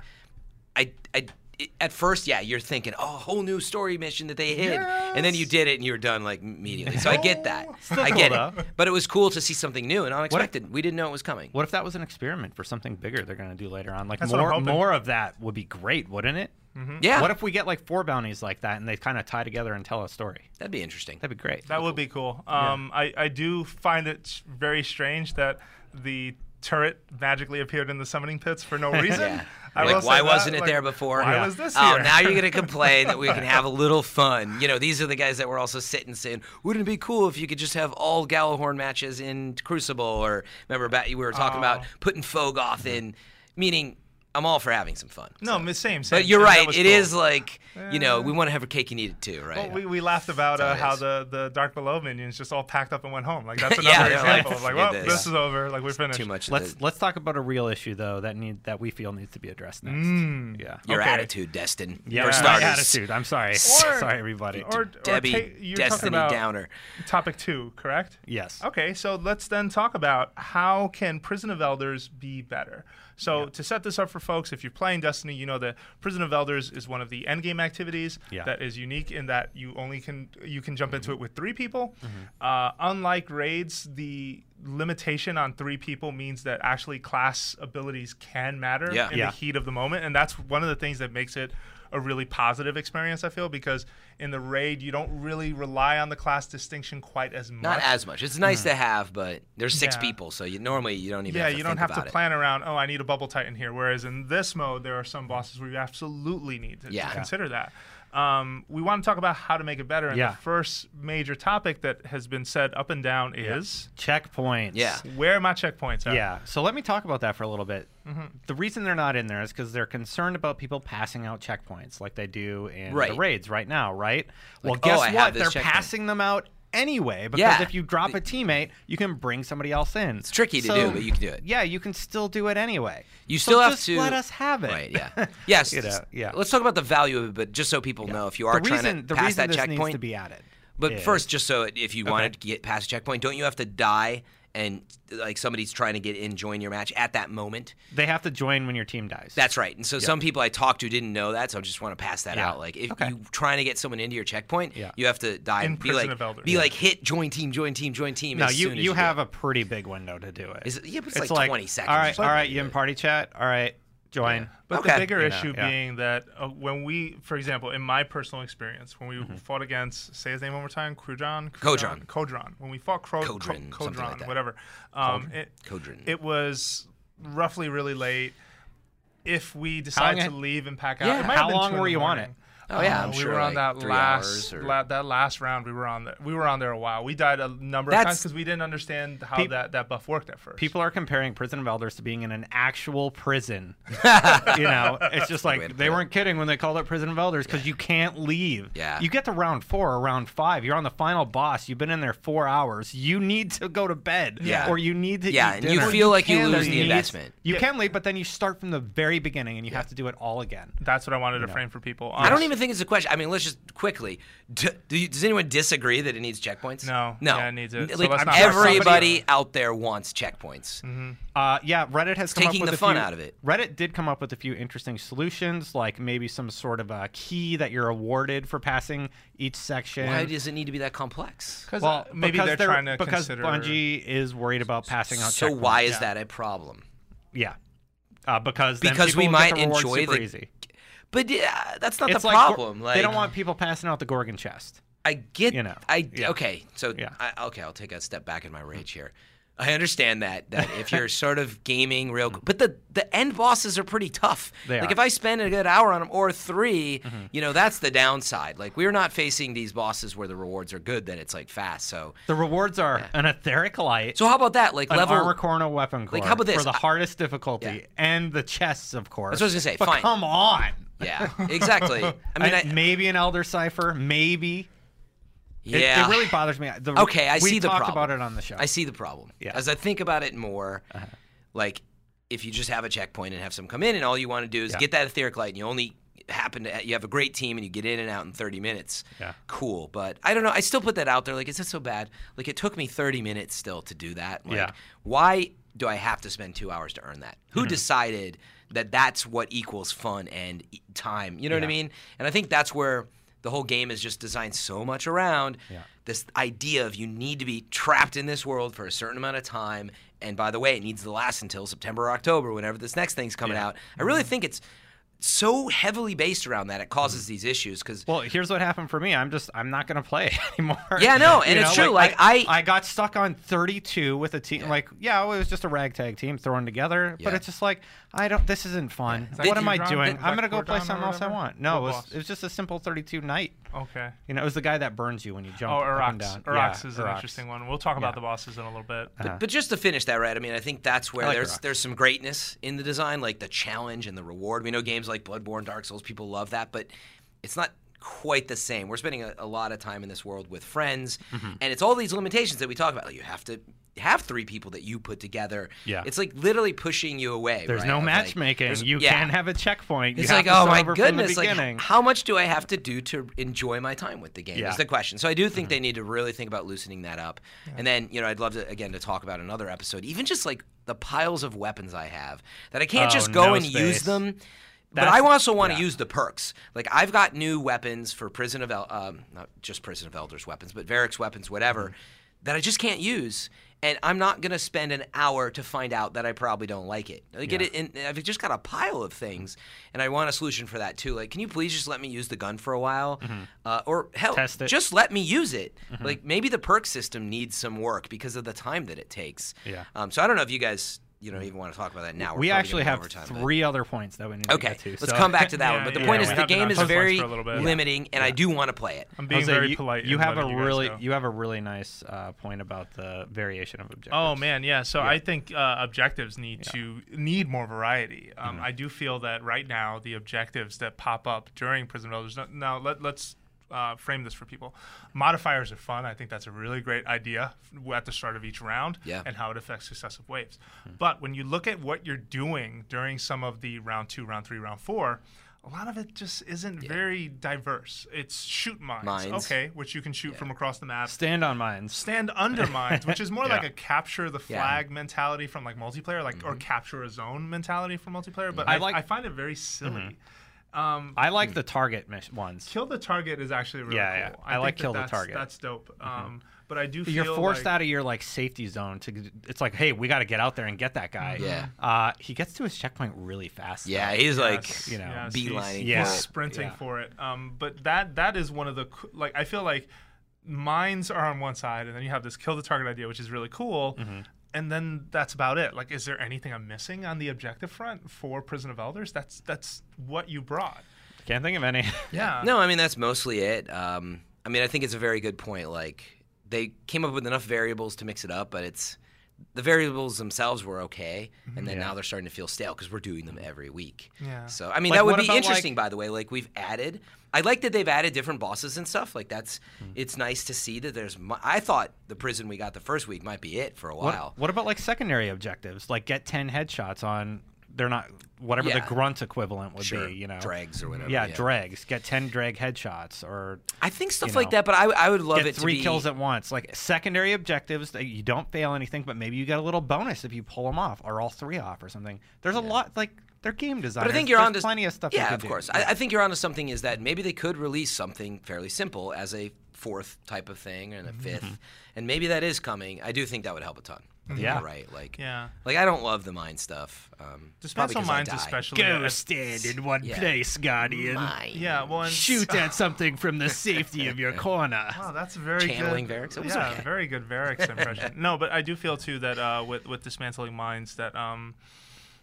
[SPEAKER 2] I, I, it- at first, yeah, you're thinking, oh, whole new story mission that they hid, and then you did it and you were done like immediately. So I get that,
[SPEAKER 3] Still
[SPEAKER 2] I
[SPEAKER 3] cool,
[SPEAKER 2] get
[SPEAKER 3] though.
[SPEAKER 2] it. But it was cool to see something new and unexpected. we didn't know it was coming.
[SPEAKER 3] What if that was an experiment for something bigger they're going to do later on? Like
[SPEAKER 1] That's what I'm
[SPEAKER 3] more
[SPEAKER 1] hoping. Mm-hmm.
[SPEAKER 3] more of that would be great, wouldn't it?
[SPEAKER 2] Yeah,
[SPEAKER 3] What if we get like four bounties like that and they kind of tie together and tell a story?
[SPEAKER 2] that'd be interesting.
[SPEAKER 3] That'd be great.
[SPEAKER 1] That would be cool. Um, I, I do find it s- very strange that the turret magically appeared in the summoning pits for no reason.
[SPEAKER 2] Yeah.
[SPEAKER 1] I will
[SPEAKER 2] like,
[SPEAKER 1] say
[SPEAKER 2] why
[SPEAKER 1] that,
[SPEAKER 2] wasn't it
[SPEAKER 1] like,
[SPEAKER 2] there before?
[SPEAKER 1] Why was this
[SPEAKER 2] Oh,
[SPEAKER 1] here?
[SPEAKER 2] now you're gonna complain that we can have a little fun. You know, these are the guys that were also sitting saying, "Wouldn't it be cool if you could just have all Gallahorn matches in Crucible?" Or remember, back we were talking about
[SPEAKER 1] Oh.
[SPEAKER 2] putting
[SPEAKER 1] Mm-hmm.
[SPEAKER 2] Fogoth in, meaning I'm all for having some fun.
[SPEAKER 1] No, m- same, same.
[SPEAKER 2] But you're
[SPEAKER 1] and that
[SPEAKER 2] right.
[SPEAKER 1] was
[SPEAKER 2] It
[SPEAKER 1] cool. Eh.
[SPEAKER 2] is like you know we want to have a cake and eat it too, right?
[SPEAKER 1] Well, we, we laughed about
[SPEAKER 2] how
[SPEAKER 1] uh,
[SPEAKER 2] it
[SPEAKER 1] how
[SPEAKER 2] is.
[SPEAKER 1] the, the Dark Below minions just all packed up and went home. Like that's another
[SPEAKER 2] Yeah, they're like,
[SPEAKER 1] example. of like, well,
[SPEAKER 2] "Forget
[SPEAKER 1] this.
[SPEAKER 2] this."
[SPEAKER 1] is over. Like we're finished.
[SPEAKER 2] too much. of
[SPEAKER 3] Let's
[SPEAKER 2] the-
[SPEAKER 3] let's talk about a real issue though that need that we feel needs to be addressed next. Yeah. Oh,
[SPEAKER 2] your
[SPEAKER 1] okay.
[SPEAKER 2] attitude, Destin.
[SPEAKER 3] Yeah,
[SPEAKER 2] for
[SPEAKER 3] my
[SPEAKER 2] starters.
[SPEAKER 3] attitude. I'm sorry.
[SPEAKER 1] Mm. Or-
[SPEAKER 3] sorry, everybody.
[SPEAKER 1] Or, or
[SPEAKER 2] Debbie,
[SPEAKER 1] ta- you're
[SPEAKER 2] Destiny
[SPEAKER 1] talking about
[SPEAKER 2] Downer.
[SPEAKER 1] Topic two, correct?
[SPEAKER 3] yes.
[SPEAKER 1] Okay, so let's then talk about how can Prison of Elders be better. So to set this up for folks, if you're playing Destiny, you know that Prison of Elders is one of the endgame activities
[SPEAKER 3] Yeah.
[SPEAKER 1] that is unique in that you only can you can jump into it with three people. Uh, unlike raids, the limitation on three people means that actually class abilities can matter
[SPEAKER 2] Yeah.
[SPEAKER 1] in
[SPEAKER 3] Yeah.
[SPEAKER 1] the heat of the moment, and that's one of the things that makes it a really positive experience. I feel because in the raid you don't really rely on the class distinction quite as much.
[SPEAKER 2] Not as much. It's nice
[SPEAKER 3] Hmm.
[SPEAKER 2] to have, but there's six
[SPEAKER 1] Yeah.
[SPEAKER 2] people, so you normally you don't even.
[SPEAKER 1] yeah,
[SPEAKER 2] have to
[SPEAKER 1] you don't
[SPEAKER 2] think
[SPEAKER 1] have to
[SPEAKER 2] about it.
[SPEAKER 1] plan around. Oh, I need a bubble titan here. Whereas in this mode, there are some bosses where you absolutely need to, to
[SPEAKER 2] Yeah.
[SPEAKER 1] consider that. Um, we want to talk about how to make it better, and
[SPEAKER 3] Yeah.
[SPEAKER 1] the first major topic that has been said up and down is
[SPEAKER 3] Checkpoints.
[SPEAKER 2] Yeah.
[SPEAKER 1] where my checkpoints are.
[SPEAKER 3] Yeah. So let me talk about that for a little bit. The reason they're not in there is because they're concerned about people passing out checkpoints like they do in
[SPEAKER 2] Right.
[SPEAKER 3] the raids right now, right? well,
[SPEAKER 2] Like, oh,
[SPEAKER 3] guess
[SPEAKER 2] I have
[SPEAKER 3] what?
[SPEAKER 2] this
[SPEAKER 3] They're
[SPEAKER 2] checkpoint.
[SPEAKER 3] passing them out anyway because
[SPEAKER 2] Yeah.
[SPEAKER 3] if you drop a teammate, you can bring somebody else in. It's
[SPEAKER 2] tricky to do, but you can do it.
[SPEAKER 3] Yeah, you can still do it anyway.
[SPEAKER 2] You
[SPEAKER 3] So
[SPEAKER 2] still have
[SPEAKER 3] just
[SPEAKER 2] to
[SPEAKER 3] let us have it.
[SPEAKER 2] Right. Yeah. Yes.
[SPEAKER 3] You know, yeah.
[SPEAKER 2] Let's talk about the value of it, but just so people know, if you
[SPEAKER 3] the
[SPEAKER 2] are trying
[SPEAKER 3] reason
[SPEAKER 2] to
[SPEAKER 3] the
[SPEAKER 2] pass
[SPEAKER 3] reason
[SPEAKER 2] that
[SPEAKER 3] this
[SPEAKER 2] checkpoint,
[SPEAKER 3] needs to be added.
[SPEAKER 2] But
[SPEAKER 3] is-
[SPEAKER 2] first, just so if you wanted to get past a checkpoint, don't you have to die and like somebody's trying to get in, join your match at that moment?
[SPEAKER 3] they have to join when your team dies.
[SPEAKER 2] That's right. And so some people I talked to didn't know that, so I just want to pass that
[SPEAKER 3] Yeah.
[SPEAKER 2] out. Like if
[SPEAKER 3] Okay.
[SPEAKER 2] you trying to get someone into your checkpoint,
[SPEAKER 3] Yeah.
[SPEAKER 2] you have to die
[SPEAKER 1] In
[SPEAKER 2] and be
[SPEAKER 1] Prison
[SPEAKER 2] like
[SPEAKER 1] of Elders.
[SPEAKER 2] be
[SPEAKER 1] Yeah.
[SPEAKER 2] like hit join team, join team, join team.
[SPEAKER 3] no,
[SPEAKER 2] as
[SPEAKER 3] you
[SPEAKER 2] soon
[SPEAKER 3] you,
[SPEAKER 2] as do
[SPEAKER 3] have
[SPEAKER 2] it.
[SPEAKER 3] a pretty big window to do it.
[SPEAKER 2] Is it- yeah, but it's, like, twenty seconds.
[SPEAKER 3] All
[SPEAKER 2] or
[SPEAKER 3] right, all
[SPEAKER 2] something.
[SPEAKER 3] right, you in party chat. All right, join.
[SPEAKER 1] But
[SPEAKER 2] Okay.
[SPEAKER 1] the bigger
[SPEAKER 3] You know,
[SPEAKER 1] issue
[SPEAKER 3] yeah.
[SPEAKER 1] being that uh, when we, for example, in my personal experience, when we
[SPEAKER 2] Mm-hmm.
[SPEAKER 1] fought against, say his name one more time, Kudron?
[SPEAKER 2] Kodron.
[SPEAKER 1] Kodron. When we fought Cro-
[SPEAKER 2] Kodron,
[SPEAKER 1] Co-
[SPEAKER 2] something like
[SPEAKER 1] Kodron,
[SPEAKER 2] that.
[SPEAKER 1] whatever. Um, it,
[SPEAKER 2] Kodron.
[SPEAKER 1] It was roughly really late. If we decide
[SPEAKER 3] long
[SPEAKER 1] to
[SPEAKER 3] had-
[SPEAKER 1] leave and pack out,
[SPEAKER 2] Yeah.
[SPEAKER 1] it might
[SPEAKER 3] How
[SPEAKER 1] have been
[SPEAKER 3] long
[SPEAKER 1] two in
[SPEAKER 3] were
[SPEAKER 1] the
[SPEAKER 3] you on
[SPEAKER 1] morning.
[SPEAKER 3] it?
[SPEAKER 2] Oh, yeah,
[SPEAKER 1] Uh,
[SPEAKER 2] I'm
[SPEAKER 1] we
[SPEAKER 2] sure,
[SPEAKER 1] were on
[SPEAKER 2] like,
[SPEAKER 1] that
[SPEAKER 2] three hours
[SPEAKER 1] last
[SPEAKER 2] or-
[SPEAKER 1] la- that last round. We were on the, we were on there a while. We died a number of
[SPEAKER 2] That's-
[SPEAKER 1] times because we didn't understand how
[SPEAKER 3] Peop-
[SPEAKER 1] that, that buff worked at first.
[SPEAKER 3] People are comparing Prison of Elders to being in an actual prison. you know, it's just
[SPEAKER 2] way to
[SPEAKER 3] like they
[SPEAKER 2] put it.
[SPEAKER 3] weren't kidding when they called it Prison of Elders because you can't leave.
[SPEAKER 2] Yeah.
[SPEAKER 3] You get to round four or round five. You're on the final boss. You've been in there four hours. You need to go to bed.
[SPEAKER 2] Yeah.
[SPEAKER 3] Or you need to
[SPEAKER 2] Yeah, and
[SPEAKER 3] eat
[SPEAKER 2] you
[SPEAKER 3] dinner.
[SPEAKER 2] feel like you
[SPEAKER 3] can
[SPEAKER 2] lose
[SPEAKER 3] leave.
[SPEAKER 2] the investment.
[SPEAKER 3] You can leave, but then you start from the very beginning and you have to do it all again.
[SPEAKER 1] That's what I wanted to frame for people.
[SPEAKER 2] I don't even think it's a question. I mean, let's just quickly. Do, do you, does anyone disagree that it needs checkpoints?
[SPEAKER 1] No.
[SPEAKER 2] No.
[SPEAKER 1] Yeah, it needs it. Mm-hmm.
[SPEAKER 2] N-
[SPEAKER 1] So
[SPEAKER 2] like,
[SPEAKER 1] let's not-
[SPEAKER 2] everybody out there wants checkpoints.
[SPEAKER 3] Uh, yeah, Reddit has come
[SPEAKER 2] taking
[SPEAKER 3] up with
[SPEAKER 2] the
[SPEAKER 3] a
[SPEAKER 2] fun
[SPEAKER 3] few-
[SPEAKER 2] out of it.
[SPEAKER 3] Reddit did come up with a few interesting solutions, like maybe some sort of a key that you're awarded for passing each section.
[SPEAKER 2] Why does it need to be that complex?
[SPEAKER 1] Because
[SPEAKER 3] well,
[SPEAKER 1] maybe
[SPEAKER 3] uh, because
[SPEAKER 1] they're, trying to
[SPEAKER 3] because
[SPEAKER 1] consider.
[SPEAKER 3] Bungie is worried about passing out.
[SPEAKER 2] So
[SPEAKER 3] checkpoints.
[SPEAKER 2] why is that a problem?
[SPEAKER 3] Yeah, uh, because then
[SPEAKER 2] Because
[SPEAKER 3] people
[SPEAKER 2] we
[SPEAKER 3] will get
[SPEAKER 2] might
[SPEAKER 3] the reward
[SPEAKER 2] enjoy
[SPEAKER 3] super
[SPEAKER 2] the-
[SPEAKER 3] easy.
[SPEAKER 2] But yeah, that's not
[SPEAKER 3] It's
[SPEAKER 2] the
[SPEAKER 3] like Gor-
[SPEAKER 2] problem. Like,
[SPEAKER 3] they don't want people passing out the Gorgon chest.
[SPEAKER 2] I get.
[SPEAKER 3] you know,
[SPEAKER 2] I
[SPEAKER 3] yeah.
[SPEAKER 2] okay. So
[SPEAKER 3] Yeah.
[SPEAKER 2] I, okay, I'll take a step back in my rage here. I understand that that if you're sort of gaming real, but the the end bosses are pretty tough.
[SPEAKER 3] They
[SPEAKER 2] like
[SPEAKER 3] are. Mm-hmm.
[SPEAKER 2] if I spend a good hour on them or 3 you know that's the downside. Like we're not facing these bosses where the rewards are good. Then it's like fast. So
[SPEAKER 3] The rewards are an etheric light,
[SPEAKER 2] so how about that? Like
[SPEAKER 3] an
[SPEAKER 2] level.
[SPEAKER 3] armor core, and a weapon core
[SPEAKER 2] Like, how about
[SPEAKER 3] for
[SPEAKER 2] this?
[SPEAKER 3] the
[SPEAKER 2] I-
[SPEAKER 3] hardest difficulty
[SPEAKER 2] Yeah.
[SPEAKER 3] and the chests, of course.
[SPEAKER 2] That's what I was gonna say,
[SPEAKER 3] But
[SPEAKER 2] fine.
[SPEAKER 3] come on.
[SPEAKER 2] yeah, exactly. I mean, I,
[SPEAKER 3] I- maybe an elder cipher, maybe. It,
[SPEAKER 2] yeah.
[SPEAKER 3] it really bothers me. The-
[SPEAKER 2] Okay, I
[SPEAKER 3] Um, we
[SPEAKER 2] see the
[SPEAKER 3] talked
[SPEAKER 2] problem.
[SPEAKER 3] about it on the show.
[SPEAKER 2] I see the problem.
[SPEAKER 3] Yeah. Uh-huh.
[SPEAKER 2] As I think about it more, like if you just have a checkpoint and have some come in, and all you want to do is get that etheric light, and you only happen to you have a great team, and you get in and out in 30 minutes.
[SPEAKER 3] Yeah.
[SPEAKER 2] Cool, but I don't know. I still put that out there. Like, is it so bad? Like, it took me 30 minutes still to do that. Like,
[SPEAKER 3] Yeah.
[SPEAKER 2] Why do I have to spend two hours to earn that? Who decided that that's what equals fun and e- time? You know what I
[SPEAKER 3] Yeah.
[SPEAKER 2] mean? And I think that's where the whole game is just designed so much around this idea of you need to be trapped in this world for a certain amount of time. And by the way, it needs to last until September or October, whenever this next thing's coming out. I really think it's so heavily based around that it causes these issues because
[SPEAKER 3] well, here's what happened for me. I'm just I'm not gonna play it anymore.
[SPEAKER 2] Yeah, no, and it's true, like, I-
[SPEAKER 3] I got stuck on 32 with a team. Like, yeah, it was just a ragtag team thrown together, but
[SPEAKER 2] Yeah.
[SPEAKER 3] it's just like I don't. This isn't fun.
[SPEAKER 1] like
[SPEAKER 3] What am I
[SPEAKER 1] Kudron?
[SPEAKER 3] doing?
[SPEAKER 1] Is
[SPEAKER 3] I'm
[SPEAKER 1] that
[SPEAKER 3] gonna go play
[SPEAKER 1] Kudron or
[SPEAKER 3] something else I
[SPEAKER 1] whatever?
[SPEAKER 3] want. No,
[SPEAKER 1] What
[SPEAKER 3] it was
[SPEAKER 1] boss?
[SPEAKER 3] it was just a simple 32 night.
[SPEAKER 1] Okay.
[SPEAKER 3] You know, it was the guy that burns you when you jump
[SPEAKER 1] Oh,
[SPEAKER 3] up
[SPEAKER 1] Arax.
[SPEAKER 3] and down.
[SPEAKER 1] Arax
[SPEAKER 3] yeah,
[SPEAKER 1] is an
[SPEAKER 3] Arax.
[SPEAKER 1] interesting one. We'll talk about
[SPEAKER 3] Yeah.
[SPEAKER 1] the bosses in a little bit.
[SPEAKER 2] But, but just to finish that, right? I mean, I think that's where
[SPEAKER 3] Uh-huh. I like
[SPEAKER 2] there's
[SPEAKER 3] Rock.
[SPEAKER 2] there's some greatness in the design, like the challenge and the reward. We know games like Bloodborne, Dark Souls, people love that, but it's not quite the same. We're spending a, a lot of time in this world with friends,
[SPEAKER 3] Mm-hmm.
[SPEAKER 2] and it's all these limitations that we talk about. Like you have to have three people that you put together.
[SPEAKER 3] Yeah.
[SPEAKER 2] It's like literally pushing you away.
[SPEAKER 3] There's
[SPEAKER 2] right?
[SPEAKER 3] no
[SPEAKER 2] Of, like,
[SPEAKER 3] matchmaking.
[SPEAKER 2] there's-
[SPEAKER 3] you
[SPEAKER 2] yeah.
[SPEAKER 3] can't have a checkpoint. You
[SPEAKER 2] It's
[SPEAKER 3] have
[SPEAKER 2] like,
[SPEAKER 3] to
[SPEAKER 2] oh
[SPEAKER 3] start
[SPEAKER 2] my
[SPEAKER 3] over
[SPEAKER 2] goodness!
[SPEAKER 3] From the beginning.
[SPEAKER 2] Like, how much do I have to do to enjoy my time with the game?
[SPEAKER 3] Yeah. Mm-hmm.
[SPEAKER 2] Is the question. So I do think they need to really think about loosening that up. And then, you know, I'd love to again to talk about another episode, even just like the piles of weapons I have that I can't
[SPEAKER 3] Oh,
[SPEAKER 2] just go
[SPEAKER 3] no
[SPEAKER 2] and use
[SPEAKER 3] space.
[SPEAKER 2] them. but
[SPEAKER 3] That's-
[SPEAKER 2] I also want to use the perks. Like I've got new weapons for Prison of El- um, not just Prison of Elders weapons, but Varric's weapons, whatever.
[SPEAKER 3] Mm-hmm.
[SPEAKER 2] that I just can't use. And I'm not gonna spend an hour to find out that I probably don't like it. Like it, and I've just got a pile of things, and I want a solution for that too. Like, can you please just let me use the gun for a while, uh, or hell,
[SPEAKER 3] Mm-hmm. Test it. Mm-hmm.
[SPEAKER 2] just let me use it. Like maybe the perk system needs some work because of the time that it takes.
[SPEAKER 3] Yeah.
[SPEAKER 2] Um, so I don't know if you guys, you know, even want to talk about that now. We're
[SPEAKER 3] we
[SPEAKER 2] probably gonna
[SPEAKER 3] actually
[SPEAKER 2] go
[SPEAKER 3] have
[SPEAKER 2] over time, but-
[SPEAKER 3] three other points that we need to
[SPEAKER 2] Okay,
[SPEAKER 3] get to.
[SPEAKER 2] let's
[SPEAKER 3] so-
[SPEAKER 2] come back to that
[SPEAKER 1] Yeah,
[SPEAKER 2] one. But the
[SPEAKER 1] yeah,
[SPEAKER 2] point
[SPEAKER 1] yeah,
[SPEAKER 2] is,
[SPEAKER 1] we
[SPEAKER 2] the
[SPEAKER 1] have been
[SPEAKER 2] game
[SPEAKER 1] on
[SPEAKER 2] is
[SPEAKER 1] touch points
[SPEAKER 2] very
[SPEAKER 1] for a little bit.
[SPEAKER 2] limiting, and I do want to play it.
[SPEAKER 1] I'm being
[SPEAKER 3] Jose,
[SPEAKER 1] very
[SPEAKER 3] you,
[SPEAKER 1] polite.
[SPEAKER 3] You
[SPEAKER 1] in
[SPEAKER 3] have a
[SPEAKER 1] letting you guys
[SPEAKER 3] really
[SPEAKER 1] go.
[SPEAKER 3] you have a really nice uh, point about the variation of objectives.
[SPEAKER 1] Oh man, yeah. So I think uh, objectives need to need more variety. Um, I do feel that right now the objectives that pop up during Prison Builders. no- Now let, let's uh, frame this for people. Modifiers are fun. I think that's a really great idea f- at the start of each round
[SPEAKER 2] Yeah.
[SPEAKER 1] and how it affects successive waves. But when you look at what you're doing during some of the round two, round three, round four. A lot of it just isn't very diverse. It's shoot mines,
[SPEAKER 2] Mines.
[SPEAKER 1] okay, which you can shoot from across the map
[SPEAKER 3] Stand on mines.
[SPEAKER 1] stand undermined, which is more like a
[SPEAKER 3] Yeah. Mm-hmm.
[SPEAKER 1] capture the
[SPEAKER 2] Yeah.
[SPEAKER 1] flag mentality from like multiplayer, like or capture a zone mentality from multiplayer. But
[SPEAKER 3] I
[SPEAKER 1] I,
[SPEAKER 3] like- Mm-hmm.
[SPEAKER 1] I find it very silly.
[SPEAKER 3] I like the target mis- ones.
[SPEAKER 1] Kill the target is actually really
[SPEAKER 3] Yeah,
[SPEAKER 1] cool.
[SPEAKER 3] yeah. I like
[SPEAKER 1] think that
[SPEAKER 3] kill the
[SPEAKER 1] that's-
[SPEAKER 3] target. Mm-hmm.
[SPEAKER 1] That's dope. Um, but I do feel
[SPEAKER 3] You're forced
[SPEAKER 1] like,
[SPEAKER 3] out of your like safety zone to. g- It's like, hey, we got to get out there and get that guy.
[SPEAKER 2] Yeah.
[SPEAKER 3] Uh, he gets to his checkpoint really fast.
[SPEAKER 2] Yeah, he's like,
[SPEAKER 1] Yes,
[SPEAKER 3] you know,
[SPEAKER 1] yes, he's-
[SPEAKER 2] beelining.
[SPEAKER 1] He's,
[SPEAKER 3] Yeah.
[SPEAKER 1] sprinting
[SPEAKER 3] Yeah.
[SPEAKER 1] for it. Um, but that that is one of the co- like I feel like mines are on one side, and then you have this kill the target idea, which is really cool.
[SPEAKER 2] Mm-hmm.
[SPEAKER 1] And then that's about it. Like, is there anything I'm missing on the objective front for Prison of Elders? That's that's what you brought.
[SPEAKER 3] Can't think of any.
[SPEAKER 1] Yeah.
[SPEAKER 2] No, I mean that's mostly it. Um, I mean, I think it's a very good point. Like they came up with enough variables to mix it up, but it's the variables themselves were okay, and then
[SPEAKER 3] Yeah.
[SPEAKER 2] now they're starting to feel stale because we're doing them every week.
[SPEAKER 1] Yeah.
[SPEAKER 2] So I mean,
[SPEAKER 3] Like,
[SPEAKER 2] that would
[SPEAKER 3] what
[SPEAKER 2] be
[SPEAKER 3] about,
[SPEAKER 2] interesting, by the way. Like we've added, I like that they've added different bosses and stuff. Like that's, it's nice to see that there's. mu- I thought the prison we got the first week might be it for a while.
[SPEAKER 3] What, what about like secondary objectives? Like get ten headshots on. They're not whatever
[SPEAKER 2] Yeah.
[SPEAKER 3] the grunt equivalent would
[SPEAKER 2] Sure,
[SPEAKER 3] be. You know,
[SPEAKER 2] dregs or whatever.
[SPEAKER 3] Yeah,
[SPEAKER 2] yeah.
[SPEAKER 3] dregs. Get ten drag headshots or
[SPEAKER 2] I think stuff
[SPEAKER 3] you
[SPEAKER 2] like
[SPEAKER 3] know,
[SPEAKER 2] that, but I, I would love
[SPEAKER 3] get
[SPEAKER 2] it to
[SPEAKER 3] three
[SPEAKER 2] be
[SPEAKER 3] kills at once. Like secondary objectives that you don't fail anything, but maybe you get a little bonus if you pull them off or all three off or something. There's a lot like they're game designers.
[SPEAKER 2] But I think you're
[SPEAKER 3] There's
[SPEAKER 2] on to
[SPEAKER 3] plenty of stuff. you
[SPEAKER 2] Yeah,
[SPEAKER 3] could
[SPEAKER 2] of
[SPEAKER 3] do.
[SPEAKER 2] course. I, I think you're onto something. Is that maybe they could release something fairly simple as a fourth type of thing and a
[SPEAKER 3] Mm-hmm.
[SPEAKER 2] 5th and maybe that is coming. I do think that would help a ton. I think
[SPEAKER 3] Yeah.
[SPEAKER 2] you're right. Like,
[SPEAKER 1] Yeah.
[SPEAKER 2] like I don't love the mine stuff. Um,
[SPEAKER 1] Dispensal
[SPEAKER 2] probably 'cause I
[SPEAKER 1] mines,
[SPEAKER 2] die.
[SPEAKER 1] especially.
[SPEAKER 4] Go
[SPEAKER 1] uh,
[SPEAKER 4] stand in one
[SPEAKER 2] Yeah.
[SPEAKER 4] place, Guardian.
[SPEAKER 2] Mine.
[SPEAKER 1] Yeah, well, and
[SPEAKER 4] Shoot at something from the safety of your corner.
[SPEAKER 1] Wow, Oh, that's very
[SPEAKER 2] Channeling
[SPEAKER 1] good.
[SPEAKER 2] Varric's? It was
[SPEAKER 1] yeah,
[SPEAKER 2] okay.
[SPEAKER 1] very good Varric's impression. No, but I do feel too that uh, with with dismantling mines that um,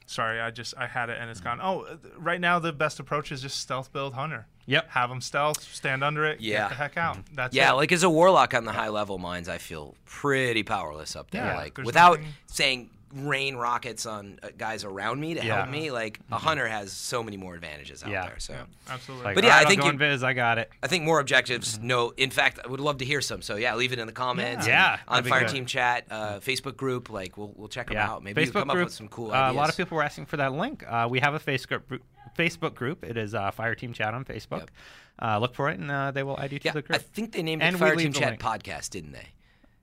[SPEAKER 1] sorry, I just I had it and it's gone. Oh, uh, th- right now the best approach is just stealth build hunter.
[SPEAKER 3] Yep.
[SPEAKER 1] have them stealth, stand under it,
[SPEAKER 2] Yeah.
[SPEAKER 1] get the heck out. That's
[SPEAKER 2] Yeah,
[SPEAKER 1] it.
[SPEAKER 2] like as a warlock on the high level mines, I feel pretty powerless up there.
[SPEAKER 1] Yeah,
[SPEAKER 2] like
[SPEAKER 1] there's
[SPEAKER 2] without
[SPEAKER 1] nothing-
[SPEAKER 2] saying rain rockets on uh, guys around me to
[SPEAKER 3] Yeah. Mm-hmm.
[SPEAKER 2] help me, like a hunter has so many more advantages out
[SPEAKER 3] Yeah.
[SPEAKER 2] there. So.
[SPEAKER 1] Yeah, absolutely.
[SPEAKER 3] Like,
[SPEAKER 2] But yeah,
[SPEAKER 3] "All
[SPEAKER 2] I
[SPEAKER 3] right, I'm
[SPEAKER 2] think
[SPEAKER 3] going
[SPEAKER 2] you-
[SPEAKER 3] Viz. I got it.
[SPEAKER 2] I think more objectives.
[SPEAKER 3] Mm-hmm.
[SPEAKER 2] No, in fact, I would love to hear some. So yeah, leave it in the comments.
[SPEAKER 3] Yeah.
[SPEAKER 2] and
[SPEAKER 3] Yeah,
[SPEAKER 2] on
[SPEAKER 3] that'd be
[SPEAKER 2] Fire
[SPEAKER 3] good.
[SPEAKER 2] Team Chat, uh, Facebook group. Like we'll we'll check them
[SPEAKER 3] Yeah,
[SPEAKER 2] out. Maybe you come up with some cool
[SPEAKER 3] uh,
[SPEAKER 2] ideas.
[SPEAKER 3] A lot of people were asking for that link. Uh, we have a Facebook group. Facebook group. It is uh, Fire Team Chat on Facebook.
[SPEAKER 2] Yep.
[SPEAKER 3] Uh, look for it, and uh, they will add you to
[SPEAKER 2] Yeah,
[SPEAKER 3] the
[SPEAKER 2] I
[SPEAKER 3] group.
[SPEAKER 2] think they named
[SPEAKER 3] And
[SPEAKER 2] it
[SPEAKER 3] we
[SPEAKER 2] Fire
[SPEAKER 3] leave
[SPEAKER 2] Team
[SPEAKER 3] the
[SPEAKER 2] Chat
[SPEAKER 3] link.
[SPEAKER 2] podcast, didn't they?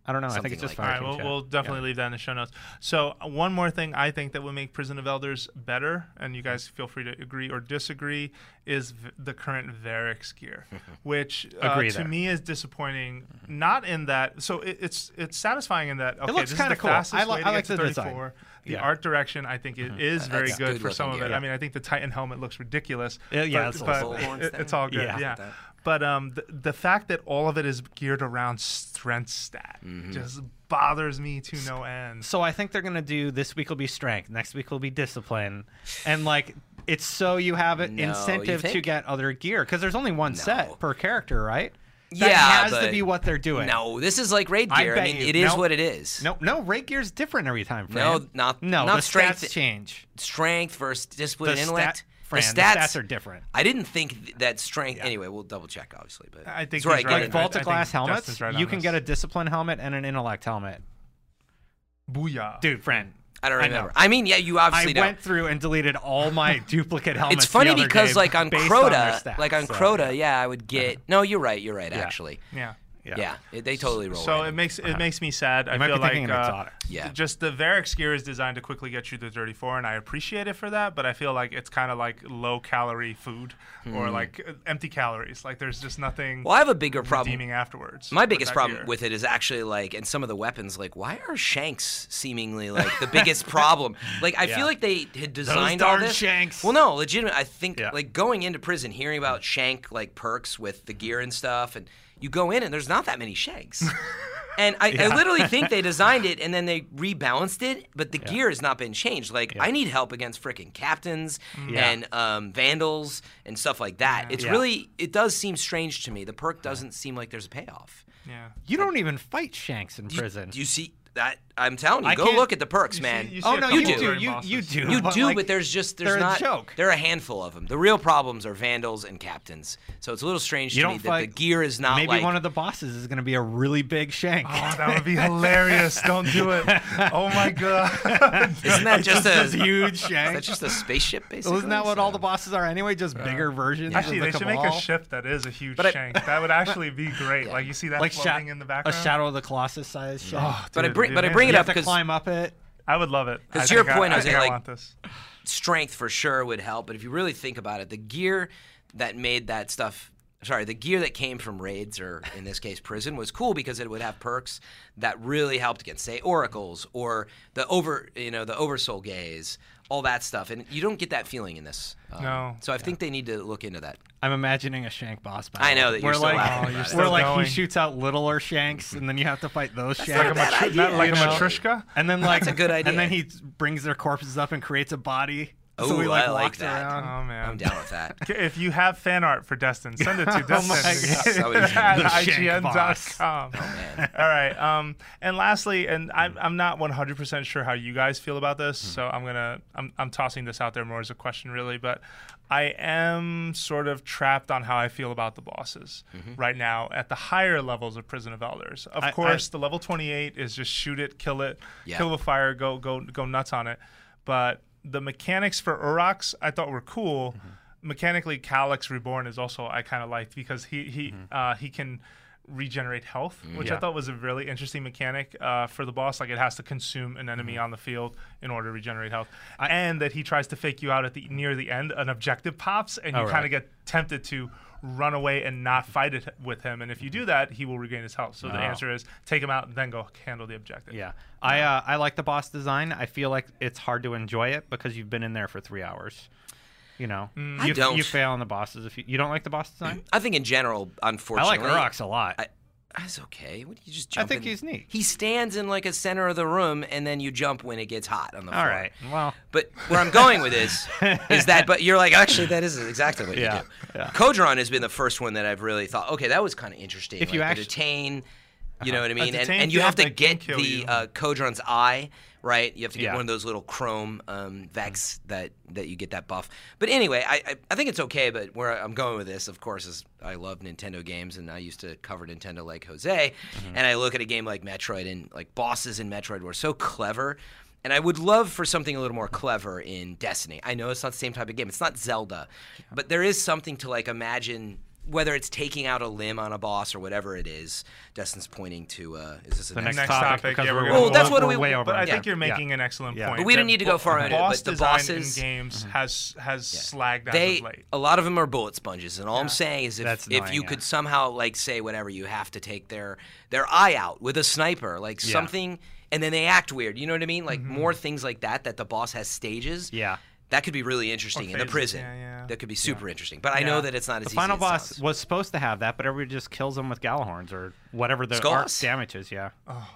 [SPEAKER 3] I don't know. I think it's
[SPEAKER 2] something
[SPEAKER 3] just
[SPEAKER 2] like
[SPEAKER 1] All
[SPEAKER 3] Fire
[SPEAKER 1] right,
[SPEAKER 3] Team
[SPEAKER 1] we'll,
[SPEAKER 3] Chat.
[SPEAKER 1] we'll
[SPEAKER 3] Yeah.
[SPEAKER 1] definitely leave that in the show notes. So, uh, one more thing I think that would make Prison of Elders better, and you guys feel free to agree or disagree, is v- the current Varix gear, which uh,
[SPEAKER 3] Agree
[SPEAKER 1] to
[SPEAKER 3] there.
[SPEAKER 1] me is disappointing. Not in that, so it, it's it's satisfying in that. Okay,
[SPEAKER 3] looks
[SPEAKER 1] this is
[SPEAKER 3] kinda
[SPEAKER 1] the
[SPEAKER 3] cool.
[SPEAKER 1] fastest
[SPEAKER 3] I li-
[SPEAKER 1] way to
[SPEAKER 3] I
[SPEAKER 1] get
[SPEAKER 3] like
[SPEAKER 1] to
[SPEAKER 3] the design.
[SPEAKER 1] 34. The
[SPEAKER 3] Yeah. Mm-hmm.
[SPEAKER 1] art direction, I think, it is very
[SPEAKER 2] that's
[SPEAKER 1] good,
[SPEAKER 2] good
[SPEAKER 1] for some
[SPEAKER 2] looking
[SPEAKER 1] of it.
[SPEAKER 2] gear.
[SPEAKER 1] I mean, I think the Titan helmet looks ridiculous.
[SPEAKER 3] Yeah, Uh, yeah, it's
[SPEAKER 1] but,
[SPEAKER 3] a
[SPEAKER 1] but
[SPEAKER 2] little bullhorns
[SPEAKER 1] it-
[SPEAKER 2] thing.
[SPEAKER 1] it's all good.
[SPEAKER 3] Yeah.
[SPEAKER 1] Yeah.
[SPEAKER 2] That-
[SPEAKER 1] But um, the, the fact that all of it is geared around strength stat
[SPEAKER 2] Mm-hmm.
[SPEAKER 1] just bothers me to no end.
[SPEAKER 3] So I think they're gonna do this week will be strength, next week will be discipline, and like it's so you have an
[SPEAKER 2] No, you
[SPEAKER 3] incentive to
[SPEAKER 2] think?
[SPEAKER 3] get other gear because there's only one
[SPEAKER 2] No.
[SPEAKER 3] set per character, right? That
[SPEAKER 2] Yeah,
[SPEAKER 3] has to
[SPEAKER 2] but-
[SPEAKER 3] be what they're doing.
[SPEAKER 2] No, this is like raid
[SPEAKER 3] I
[SPEAKER 2] gear. I,
[SPEAKER 3] bet
[SPEAKER 2] mean,
[SPEAKER 3] you-
[SPEAKER 2] it is
[SPEAKER 3] no.
[SPEAKER 2] what it is.
[SPEAKER 3] no, no. Rate gear's different every time.
[SPEAKER 2] No,
[SPEAKER 3] Fran.
[SPEAKER 2] not-
[SPEAKER 3] no.
[SPEAKER 2] not
[SPEAKER 3] the
[SPEAKER 2] strength-
[SPEAKER 3] stats change.
[SPEAKER 2] Strength versus discipline,
[SPEAKER 3] The
[SPEAKER 2] and
[SPEAKER 3] stat-
[SPEAKER 2] intellect.
[SPEAKER 3] Fran,
[SPEAKER 2] the
[SPEAKER 3] the
[SPEAKER 2] stats,
[SPEAKER 3] stats are different.
[SPEAKER 2] I didn't think th- that strength. Anyway, we'll double check, obviously. But
[SPEAKER 1] I think
[SPEAKER 2] that's where
[SPEAKER 1] he's
[SPEAKER 2] I
[SPEAKER 1] right.
[SPEAKER 2] get
[SPEAKER 3] Like
[SPEAKER 2] it.
[SPEAKER 1] I- I
[SPEAKER 3] vault of
[SPEAKER 1] think
[SPEAKER 3] glass helmets,
[SPEAKER 1] Justin's right on
[SPEAKER 3] you can
[SPEAKER 1] this.
[SPEAKER 3] get a discipline helmet and an intellect helmet.
[SPEAKER 1] Booyah.
[SPEAKER 3] Dude, friend,
[SPEAKER 2] I don't
[SPEAKER 3] I know.
[SPEAKER 2] remember. I, mean, yeah, you
[SPEAKER 3] I
[SPEAKER 2] obviously don't.
[SPEAKER 3] went through and deleted all my duplicate helmets.
[SPEAKER 2] It's funny
[SPEAKER 3] the other
[SPEAKER 2] because
[SPEAKER 3] day
[SPEAKER 2] like on
[SPEAKER 3] based on their
[SPEAKER 2] Crota,
[SPEAKER 3] stats,
[SPEAKER 2] like on
[SPEAKER 3] so-
[SPEAKER 2] Crota, yeah, I would get. No, you're right. You're right. Actually,
[SPEAKER 1] Yeah.
[SPEAKER 2] Yeah, it- they totally roll.
[SPEAKER 1] So
[SPEAKER 2] in.
[SPEAKER 1] it makes it makes me sad. I
[SPEAKER 3] might
[SPEAKER 1] feel
[SPEAKER 3] be
[SPEAKER 1] like
[SPEAKER 3] thinking of
[SPEAKER 1] uh,
[SPEAKER 3] Exotic.
[SPEAKER 2] Yeah.
[SPEAKER 1] just the Varric gear is designed to quickly get you to 34, and I appreciate it for that. But I feel like it's kind of like low calorie food or like uh, empty calories. Like there's just nothing
[SPEAKER 2] Hmm. well, I have a bigger problem.
[SPEAKER 1] redeeming afterwards.
[SPEAKER 2] My
[SPEAKER 1] with
[SPEAKER 2] biggest
[SPEAKER 1] that
[SPEAKER 2] problem
[SPEAKER 1] gear.
[SPEAKER 2] with it is actually like, and some of the weapons, like, why are shanks seemingly like the biggest problem? Like, I feel like they had designed all
[SPEAKER 4] darn
[SPEAKER 2] this.
[SPEAKER 4] shanks.
[SPEAKER 2] Well, no, legitimate. I think
[SPEAKER 3] Yeah.
[SPEAKER 2] like going into prison, hearing about shank like perks with the gear and stuff, and you go in and there's not that many shanks. And I, I literally think they designed it and then they rebalanced it, but the gear has not been changed. Like I need help against freaking captains
[SPEAKER 1] Mm.
[SPEAKER 2] and um, vandals and stuff like that. It's
[SPEAKER 3] Yeah.
[SPEAKER 2] really it does seem strange to me. The perk doesn't seem like there's a payoff.
[SPEAKER 1] yeah.
[SPEAKER 3] You don't even fight Shanks in
[SPEAKER 2] You-
[SPEAKER 3] prison.
[SPEAKER 2] Do you see that? I'm telling you,
[SPEAKER 3] I
[SPEAKER 2] go
[SPEAKER 3] can't-
[SPEAKER 2] look at the perks,
[SPEAKER 1] You
[SPEAKER 2] man.
[SPEAKER 1] see- you
[SPEAKER 3] oh
[SPEAKER 1] see a
[SPEAKER 3] no,
[SPEAKER 1] couple
[SPEAKER 3] you
[SPEAKER 2] do.
[SPEAKER 3] do.
[SPEAKER 1] of
[SPEAKER 3] You
[SPEAKER 1] bosses.
[SPEAKER 3] you do.
[SPEAKER 2] You
[SPEAKER 3] but,
[SPEAKER 2] do,
[SPEAKER 3] like,
[SPEAKER 2] but there's just there's
[SPEAKER 3] they're a
[SPEAKER 2] not.
[SPEAKER 3] joke.
[SPEAKER 2] There are a handful of them. The real problems are vandals and captains. So it's a little strange
[SPEAKER 3] You
[SPEAKER 2] to
[SPEAKER 3] don't
[SPEAKER 2] me that the
[SPEAKER 3] fight-
[SPEAKER 2] gear is not
[SPEAKER 3] maybe
[SPEAKER 2] like.
[SPEAKER 3] one of the bosses is going to be a really big Shank.
[SPEAKER 1] Oh, that would be hilarious. Don't do it. Oh my god.
[SPEAKER 2] isn't that just a
[SPEAKER 3] This huge Shank.
[SPEAKER 2] That's just a spaceship, basically.
[SPEAKER 3] Isn't that what all the
[SPEAKER 2] So-
[SPEAKER 3] bosses are anyway? Just bigger versions.
[SPEAKER 1] Actually,
[SPEAKER 3] of
[SPEAKER 1] they
[SPEAKER 3] the
[SPEAKER 1] should
[SPEAKER 3] Cabal?
[SPEAKER 1] make a ship that is a huge
[SPEAKER 2] But I-
[SPEAKER 1] shank. that would actually be great. Like you see that
[SPEAKER 3] like
[SPEAKER 1] floating
[SPEAKER 3] sha-
[SPEAKER 1] in the background.
[SPEAKER 3] a Shadow of the Colossus size Shank.
[SPEAKER 1] Oh,
[SPEAKER 2] But I
[SPEAKER 1] dude,
[SPEAKER 2] bring-
[SPEAKER 1] it'd be
[SPEAKER 2] but I bring it
[SPEAKER 3] you
[SPEAKER 1] amazing.
[SPEAKER 2] up
[SPEAKER 3] have to
[SPEAKER 2] 'cause-
[SPEAKER 3] climb up it.
[SPEAKER 1] I would love it.
[SPEAKER 2] 'Cause
[SPEAKER 1] I
[SPEAKER 2] your
[SPEAKER 1] think
[SPEAKER 2] point,
[SPEAKER 1] I, I
[SPEAKER 2] Jose,
[SPEAKER 1] think I
[SPEAKER 2] like-
[SPEAKER 1] want this.
[SPEAKER 2] strength for sure would help. But if you really think about it, the gear that made that stuff. Sorry, the gear that came from raids or in this case prison was cool because it would have perks that really helped against say oracles or the over you know the oversoul gaze, all that stuff, and you don't get that feeling in this. Um,
[SPEAKER 1] No.
[SPEAKER 2] So I think they need to look into that.
[SPEAKER 3] I'm imagining a Shank boss battle.
[SPEAKER 2] I know that you're
[SPEAKER 3] where
[SPEAKER 2] still
[SPEAKER 3] like,
[SPEAKER 2] laughing
[SPEAKER 1] Oh, you're
[SPEAKER 2] about it.
[SPEAKER 1] still
[SPEAKER 3] where like
[SPEAKER 1] going.
[SPEAKER 3] he shoots out littler Shanks, and then you have to fight those
[SPEAKER 1] Like a,
[SPEAKER 3] Shanks.
[SPEAKER 2] bad
[SPEAKER 1] matri-
[SPEAKER 2] idea,
[SPEAKER 1] not like a
[SPEAKER 2] actually.
[SPEAKER 1] matryoshka.
[SPEAKER 3] and then like
[SPEAKER 2] That's a good idea.
[SPEAKER 3] And then he brings their corpses up and creates a body. so
[SPEAKER 2] Ooh,
[SPEAKER 3] we like
[SPEAKER 2] I like
[SPEAKER 3] walks
[SPEAKER 2] that.
[SPEAKER 1] Oh
[SPEAKER 3] around.
[SPEAKER 1] man.
[SPEAKER 2] I'm down with that.
[SPEAKER 1] K- If you have fan art for Destin, send it to Destin
[SPEAKER 2] God.
[SPEAKER 1] at
[SPEAKER 3] The Shank Oh, boss.
[SPEAKER 1] IGN.com. All right. Um, and lastly, and I'm, I'm not 100% sure how you guys feel about this,
[SPEAKER 3] Hmm.
[SPEAKER 1] so I'm gonna I'm, I'm tossing this out there more as a question, really. But I am sort of trapped on how I feel about the bosses right now at the higher levels of Prison of Elders. Of
[SPEAKER 3] Mm-hmm. I-
[SPEAKER 1] course, the level 28 is just shoot it, kill it,
[SPEAKER 2] Yeah.
[SPEAKER 1] kill with fire, go go go nuts on it. But the mechanics for Urox I thought were cool.
[SPEAKER 3] Mm-hmm.
[SPEAKER 1] Mechanically, Calyx Reborn is also I kind of liked because he he uh, he can regenerate health, which I
[SPEAKER 3] Mm-hmm. Mm, Yeah.
[SPEAKER 1] thought was a really interesting mechanic uh, for the boss. Like it has to consume an enemy
[SPEAKER 3] Mm-hmm.
[SPEAKER 1] on the field in order to regenerate health, and that he tries to fake you out at the near the end. An objective pops, and you
[SPEAKER 3] Oh, right.
[SPEAKER 1] kind of get tempted to run away and not fight it with him. And if
[SPEAKER 3] Mm-hmm.
[SPEAKER 1] you do that, he will regain his health. So the
[SPEAKER 3] Oh.
[SPEAKER 1] answer is take him out, and then go handle the objective.
[SPEAKER 3] Yeah, I uh, I like the boss design. I feel like it's hard to enjoy it because you've been in there for three hours. You know,
[SPEAKER 2] I
[SPEAKER 3] you,
[SPEAKER 2] don't.
[SPEAKER 3] you fail on the bosses if you, you don't like the boss design.
[SPEAKER 2] I think in general,
[SPEAKER 3] I like
[SPEAKER 2] unfortunately,
[SPEAKER 3] Urox a lot.
[SPEAKER 2] I- That's okay. What do you just
[SPEAKER 3] I
[SPEAKER 2] jump?
[SPEAKER 3] think
[SPEAKER 2] in-
[SPEAKER 3] he's neat.
[SPEAKER 2] He stands in like a center of the room, and then you jump when it gets hot on the
[SPEAKER 3] All
[SPEAKER 2] floor.
[SPEAKER 3] right. Well,
[SPEAKER 2] But where I'm going with this is that, but you're like, actually, that is exactly what
[SPEAKER 3] Yeah,
[SPEAKER 2] you do.
[SPEAKER 3] yeah.
[SPEAKER 2] Kodron has been the first one that I've really thought, okay, that was kind of interesting.
[SPEAKER 3] If you
[SPEAKER 2] like, the
[SPEAKER 3] actu- Uh-huh.
[SPEAKER 2] detain, you know what I mean, and,
[SPEAKER 1] detain
[SPEAKER 2] and you
[SPEAKER 1] field
[SPEAKER 2] have to
[SPEAKER 1] that can
[SPEAKER 2] get
[SPEAKER 1] kill
[SPEAKER 2] the
[SPEAKER 1] you.
[SPEAKER 2] uh, Kodron's eye, right? You have to get
[SPEAKER 3] Mm-hmm. Yeah. Mm-hmm.
[SPEAKER 2] one of those little chrome um, vex that that you get that buff. But anyway, I, I I think it's okay. But where I'm going with this, of course, is I love Nintendo games, and I used to cover Nintendo like Jose,
[SPEAKER 3] Mm-hmm.
[SPEAKER 2] and I look at a game like Metroid, and like bosses in Metroid were so clever. And I would love for something a little more clever in Destiny. I know it's not the same type of game. It's not Zelda, but there is something to like imagine whether it's taking out a limb on a boss or whatever it is. Destin's pointing to uh, is this
[SPEAKER 3] the next,
[SPEAKER 1] Next
[SPEAKER 3] topic,
[SPEAKER 1] topic,
[SPEAKER 3] because
[SPEAKER 1] yeah, we're
[SPEAKER 3] we're,
[SPEAKER 1] gonna
[SPEAKER 3] we're,
[SPEAKER 2] Well, Oh, that's what
[SPEAKER 3] we're
[SPEAKER 2] we-
[SPEAKER 3] way over.
[SPEAKER 1] But I
[SPEAKER 3] on
[SPEAKER 1] think
[SPEAKER 3] time.
[SPEAKER 1] you're making an excellent
[SPEAKER 3] Yeah. Mm-hmm.
[SPEAKER 1] point.
[SPEAKER 2] But we
[SPEAKER 1] that
[SPEAKER 2] didn't need to go
[SPEAKER 1] bo-
[SPEAKER 2] far into it,
[SPEAKER 1] boss
[SPEAKER 2] but the
[SPEAKER 1] design
[SPEAKER 2] bosses-
[SPEAKER 1] in games has has slagged out
[SPEAKER 2] they
[SPEAKER 1] of late.
[SPEAKER 2] a lot of them are bullet sponges and all i'm saying is if,
[SPEAKER 3] That's
[SPEAKER 2] if
[SPEAKER 3] annoying,
[SPEAKER 2] you
[SPEAKER 3] yeah.
[SPEAKER 2] could somehow like say whatever you have to take their their eye out with a sniper like something and then they act weird you know what i mean like more things like that that the boss has stages
[SPEAKER 3] Mm-hmm. Yeah.
[SPEAKER 2] that could be really interesting in the
[SPEAKER 1] phases,
[SPEAKER 2] prison
[SPEAKER 1] yeah, yeah.
[SPEAKER 2] that could be super interesting but i know that it's not
[SPEAKER 3] The
[SPEAKER 2] as
[SPEAKER 3] final
[SPEAKER 2] easy as it
[SPEAKER 3] boss
[SPEAKER 2] sounds.
[SPEAKER 3] was supposed to have that, but everybody just kills him with Galahorns or whatever the
[SPEAKER 2] Skulls?
[SPEAKER 3] arc damage is. Yeah.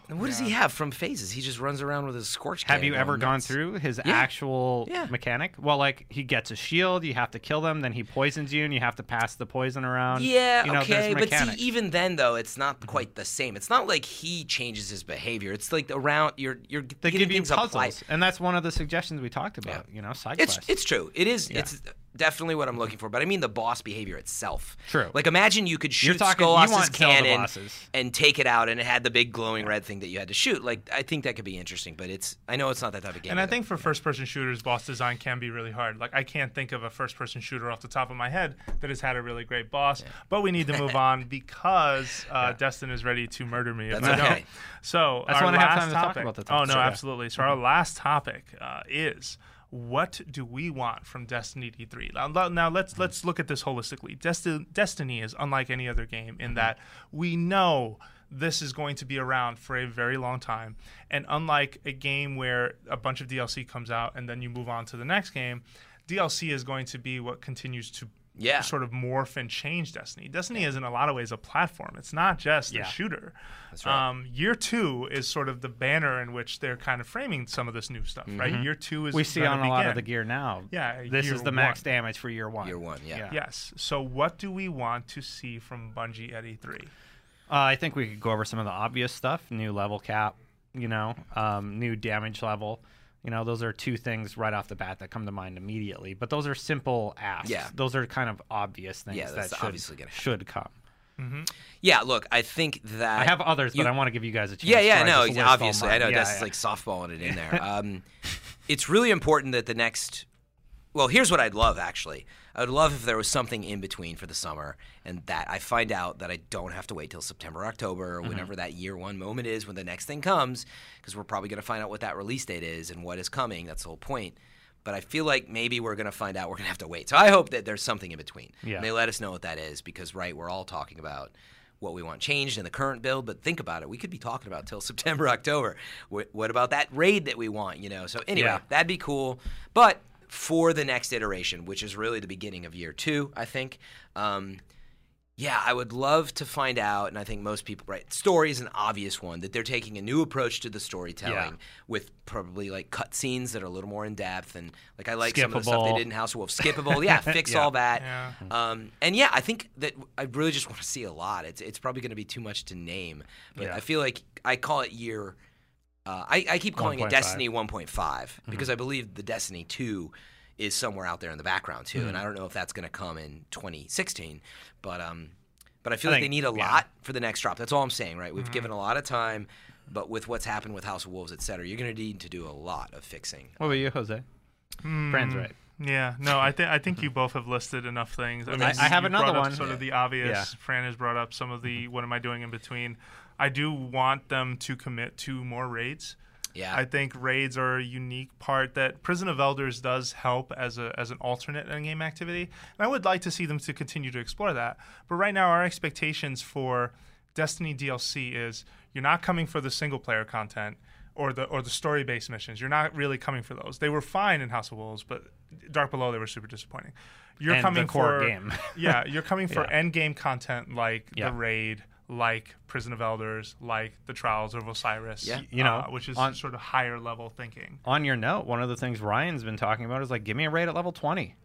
[SPEAKER 2] And what does he have from phases he just runs around with his scorch
[SPEAKER 3] Have
[SPEAKER 2] can
[SPEAKER 3] you
[SPEAKER 2] going
[SPEAKER 3] ever gone
[SPEAKER 2] nuts.
[SPEAKER 3] through his actual
[SPEAKER 2] Yeah.
[SPEAKER 3] mechanic? Well, like he gets a shield, you have to kill them, then he poisons you, and you have to pass the poison around.
[SPEAKER 2] Yeah,
[SPEAKER 3] you know, there's
[SPEAKER 2] okay, but see,
[SPEAKER 3] mechanics. Mm-hmm.
[SPEAKER 2] even then though, it's not quite the same. It's not like he changes his behavior. It's like around you're you're
[SPEAKER 3] they
[SPEAKER 2] getting
[SPEAKER 3] give you
[SPEAKER 2] things applied.
[SPEAKER 3] puzzles, and that's one of the suggestions we talked about. You know, side
[SPEAKER 2] It's
[SPEAKER 3] quests.
[SPEAKER 2] it's true. It is. It's definitely what I'm looking for. But I mean the boss behavior itself.
[SPEAKER 3] True.
[SPEAKER 2] Like imagine you could shoot
[SPEAKER 3] talking- you
[SPEAKER 2] Skolas's
[SPEAKER 3] want Zelda
[SPEAKER 2] cannon
[SPEAKER 3] bosses.
[SPEAKER 2] and take it out, and it had the big glowing red thing that you had to shoot. Like I think that could be interesting, but it's I know it's not that type of game.
[SPEAKER 1] And I
[SPEAKER 2] either.
[SPEAKER 1] think for first person shooters, boss design can be really hard. Like, I can't think of a first person shooter off the top of my head that has had a really great boss, but we need to move on because uh, Destin is ready to murder me. if
[SPEAKER 2] That's
[SPEAKER 1] I don't.
[SPEAKER 2] okay.
[SPEAKER 1] So,
[SPEAKER 3] That's
[SPEAKER 1] our
[SPEAKER 3] when I
[SPEAKER 1] last
[SPEAKER 3] have time to talk
[SPEAKER 1] topic.
[SPEAKER 3] about the
[SPEAKER 1] Oh,
[SPEAKER 3] topic.
[SPEAKER 1] no,
[SPEAKER 3] Sure.
[SPEAKER 1] absolutely. So, our last topic uh, is. What do we want from Destiny 3? Now, lo- now let's let's look at this holistically. Desti- Destiny is unlike any other game in that we know this is going to be around for a very long time. And unlike a game where a bunch of DLC comes out and then you move on to the next game, DLC is going to be what continues to
[SPEAKER 2] Yeah.
[SPEAKER 1] sort of morph and change Destiny. Destiny is in a lot of ways a platform. It's not just a
[SPEAKER 3] Yeah.
[SPEAKER 1] shooter. That's
[SPEAKER 2] right.
[SPEAKER 1] Um, year two is sort of the banner in which they're kind of framing some of this new stuff, right? Year two is
[SPEAKER 3] we see
[SPEAKER 1] gonna
[SPEAKER 3] on a lot of
[SPEAKER 1] begin.
[SPEAKER 3] the gear now.
[SPEAKER 1] Yeah,
[SPEAKER 3] this
[SPEAKER 1] year
[SPEAKER 3] is the max
[SPEAKER 1] one.
[SPEAKER 3] damage for year one.
[SPEAKER 2] Year one, yeah.
[SPEAKER 1] Yes. So, what do we want to see from Bungie at E E3?
[SPEAKER 3] Uh, I think we could go over some of the obvious stuff: new level cap, you know, um, new damage level. You know, those are two things right off the bat that come to mind immediately. But those are simple asks.
[SPEAKER 2] Yeah.
[SPEAKER 3] Those are kind of obvious things
[SPEAKER 2] Yeah, that's
[SPEAKER 3] that should,
[SPEAKER 2] obviously gonna happen.
[SPEAKER 3] should come.
[SPEAKER 2] yeah. Look, I think that
[SPEAKER 3] I have others,
[SPEAKER 2] you-
[SPEAKER 3] but I want to give you guys a chance.
[SPEAKER 2] Yeah, yeah,
[SPEAKER 3] to
[SPEAKER 2] no,
[SPEAKER 3] just
[SPEAKER 2] exa-
[SPEAKER 3] list all
[SPEAKER 2] obviously, I
[SPEAKER 3] mine.
[SPEAKER 2] know.
[SPEAKER 3] Yeah,
[SPEAKER 2] that's
[SPEAKER 3] yeah.
[SPEAKER 2] like softballing it in there. Um, it's really important that the next. Well, here's what I'd love actually. I would love if there was something in between for the summer, and that I find out that I don't have to wait till September, October, or
[SPEAKER 3] Mm-hmm.
[SPEAKER 2] whenever that year one moment is when the next thing comes, because we're probably going to find out what that release date is and what is coming. That's the whole point. But I feel like maybe we're going to find out we're going to have to wait. So I hope that there's something in between.
[SPEAKER 3] Yeah.
[SPEAKER 2] And they let us know what that is because, right, we're all talking about what we want changed in the current build. But think about it. We could be talking about till September, October. What, what about that raid that we want, you know? So anyway,
[SPEAKER 3] Yeah.
[SPEAKER 2] that'd be cool. But for the next iteration, which is really the beginning of year two, I think, um, yeah, I would love to find out, and I think most people, right? Story is an obvious one that they're taking a new approach to the storytelling
[SPEAKER 3] Yeah.
[SPEAKER 2] with probably like cutscenes that are a little more in depth and like I like some of the stuff they
[SPEAKER 3] Skippable. Mm-hmm.
[SPEAKER 2] did in House of Wolves. Skippable, yeah, fix all that.
[SPEAKER 1] Yeah.
[SPEAKER 2] Um, and yeah, I think that I really just want to see a lot. It's it's probably going to be too much to name, but
[SPEAKER 3] Yeah.
[SPEAKER 2] I feel like I call it year. Uh, I, I keep calling it
[SPEAKER 3] 1.5.
[SPEAKER 2] Destiny 1.5 because I believe the Destiny 2 is somewhere out there in the background too, and I don't know if that's going to come in 2016, but um, but I feel
[SPEAKER 3] I
[SPEAKER 2] like they
[SPEAKER 3] think-
[SPEAKER 2] need a
[SPEAKER 3] yeah.
[SPEAKER 2] lot for the next drop. That's all I'm saying, right? We've given a lot of time, but with what's happened with House of Wolves, et cetera, you're going to need to do a lot of fixing.
[SPEAKER 3] What about you, Jose? Hmm. Friends, right?
[SPEAKER 1] Yeah, no, I think I think you both have listed enough things. I, mean,
[SPEAKER 3] I-
[SPEAKER 1] you-
[SPEAKER 3] I have
[SPEAKER 1] you
[SPEAKER 3] another
[SPEAKER 1] brought up
[SPEAKER 3] one.
[SPEAKER 1] Sort of the obvious. Fran has brought up some of the what am I doing in between. I do want them to commit to more raids.
[SPEAKER 2] Yeah.
[SPEAKER 1] I think raids are a unique part that Prison of Elders does help as a as an alternate end game activity, and I would like to see them to continue to explore that. But right now, our expectations for Destiny DLC is you're not coming for the single player content or the or the story based missions. You're not really coming for those. They were fine in House of Wolves, but Dark Below they were super disappointing. You're
[SPEAKER 3] And the
[SPEAKER 1] coming
[SPEAKER 3] core
[SPEAKER 1] for
[SPEAKER 3] game.
[SPEAKER 1] yeah, you're coming for
[SPEAKER 3] Yeah.
[SPEAKER 1] end game content like
[SPEAKER 3] Yeah.
[SPEAKER 1] the raid. Like Prison of Elders, like the Trials of Osiris,
[SPEAKER 2] Yeah.
[SPEAKER 3] You know,
[SPEAKER 1] uh, which is
[SPEAKER 3] on-
[SPEAKER 1] sort of higher level thinking.
[SPEAKER 3] on your note, one of the things Ryan's been talking about is like, give me a raid at level 20.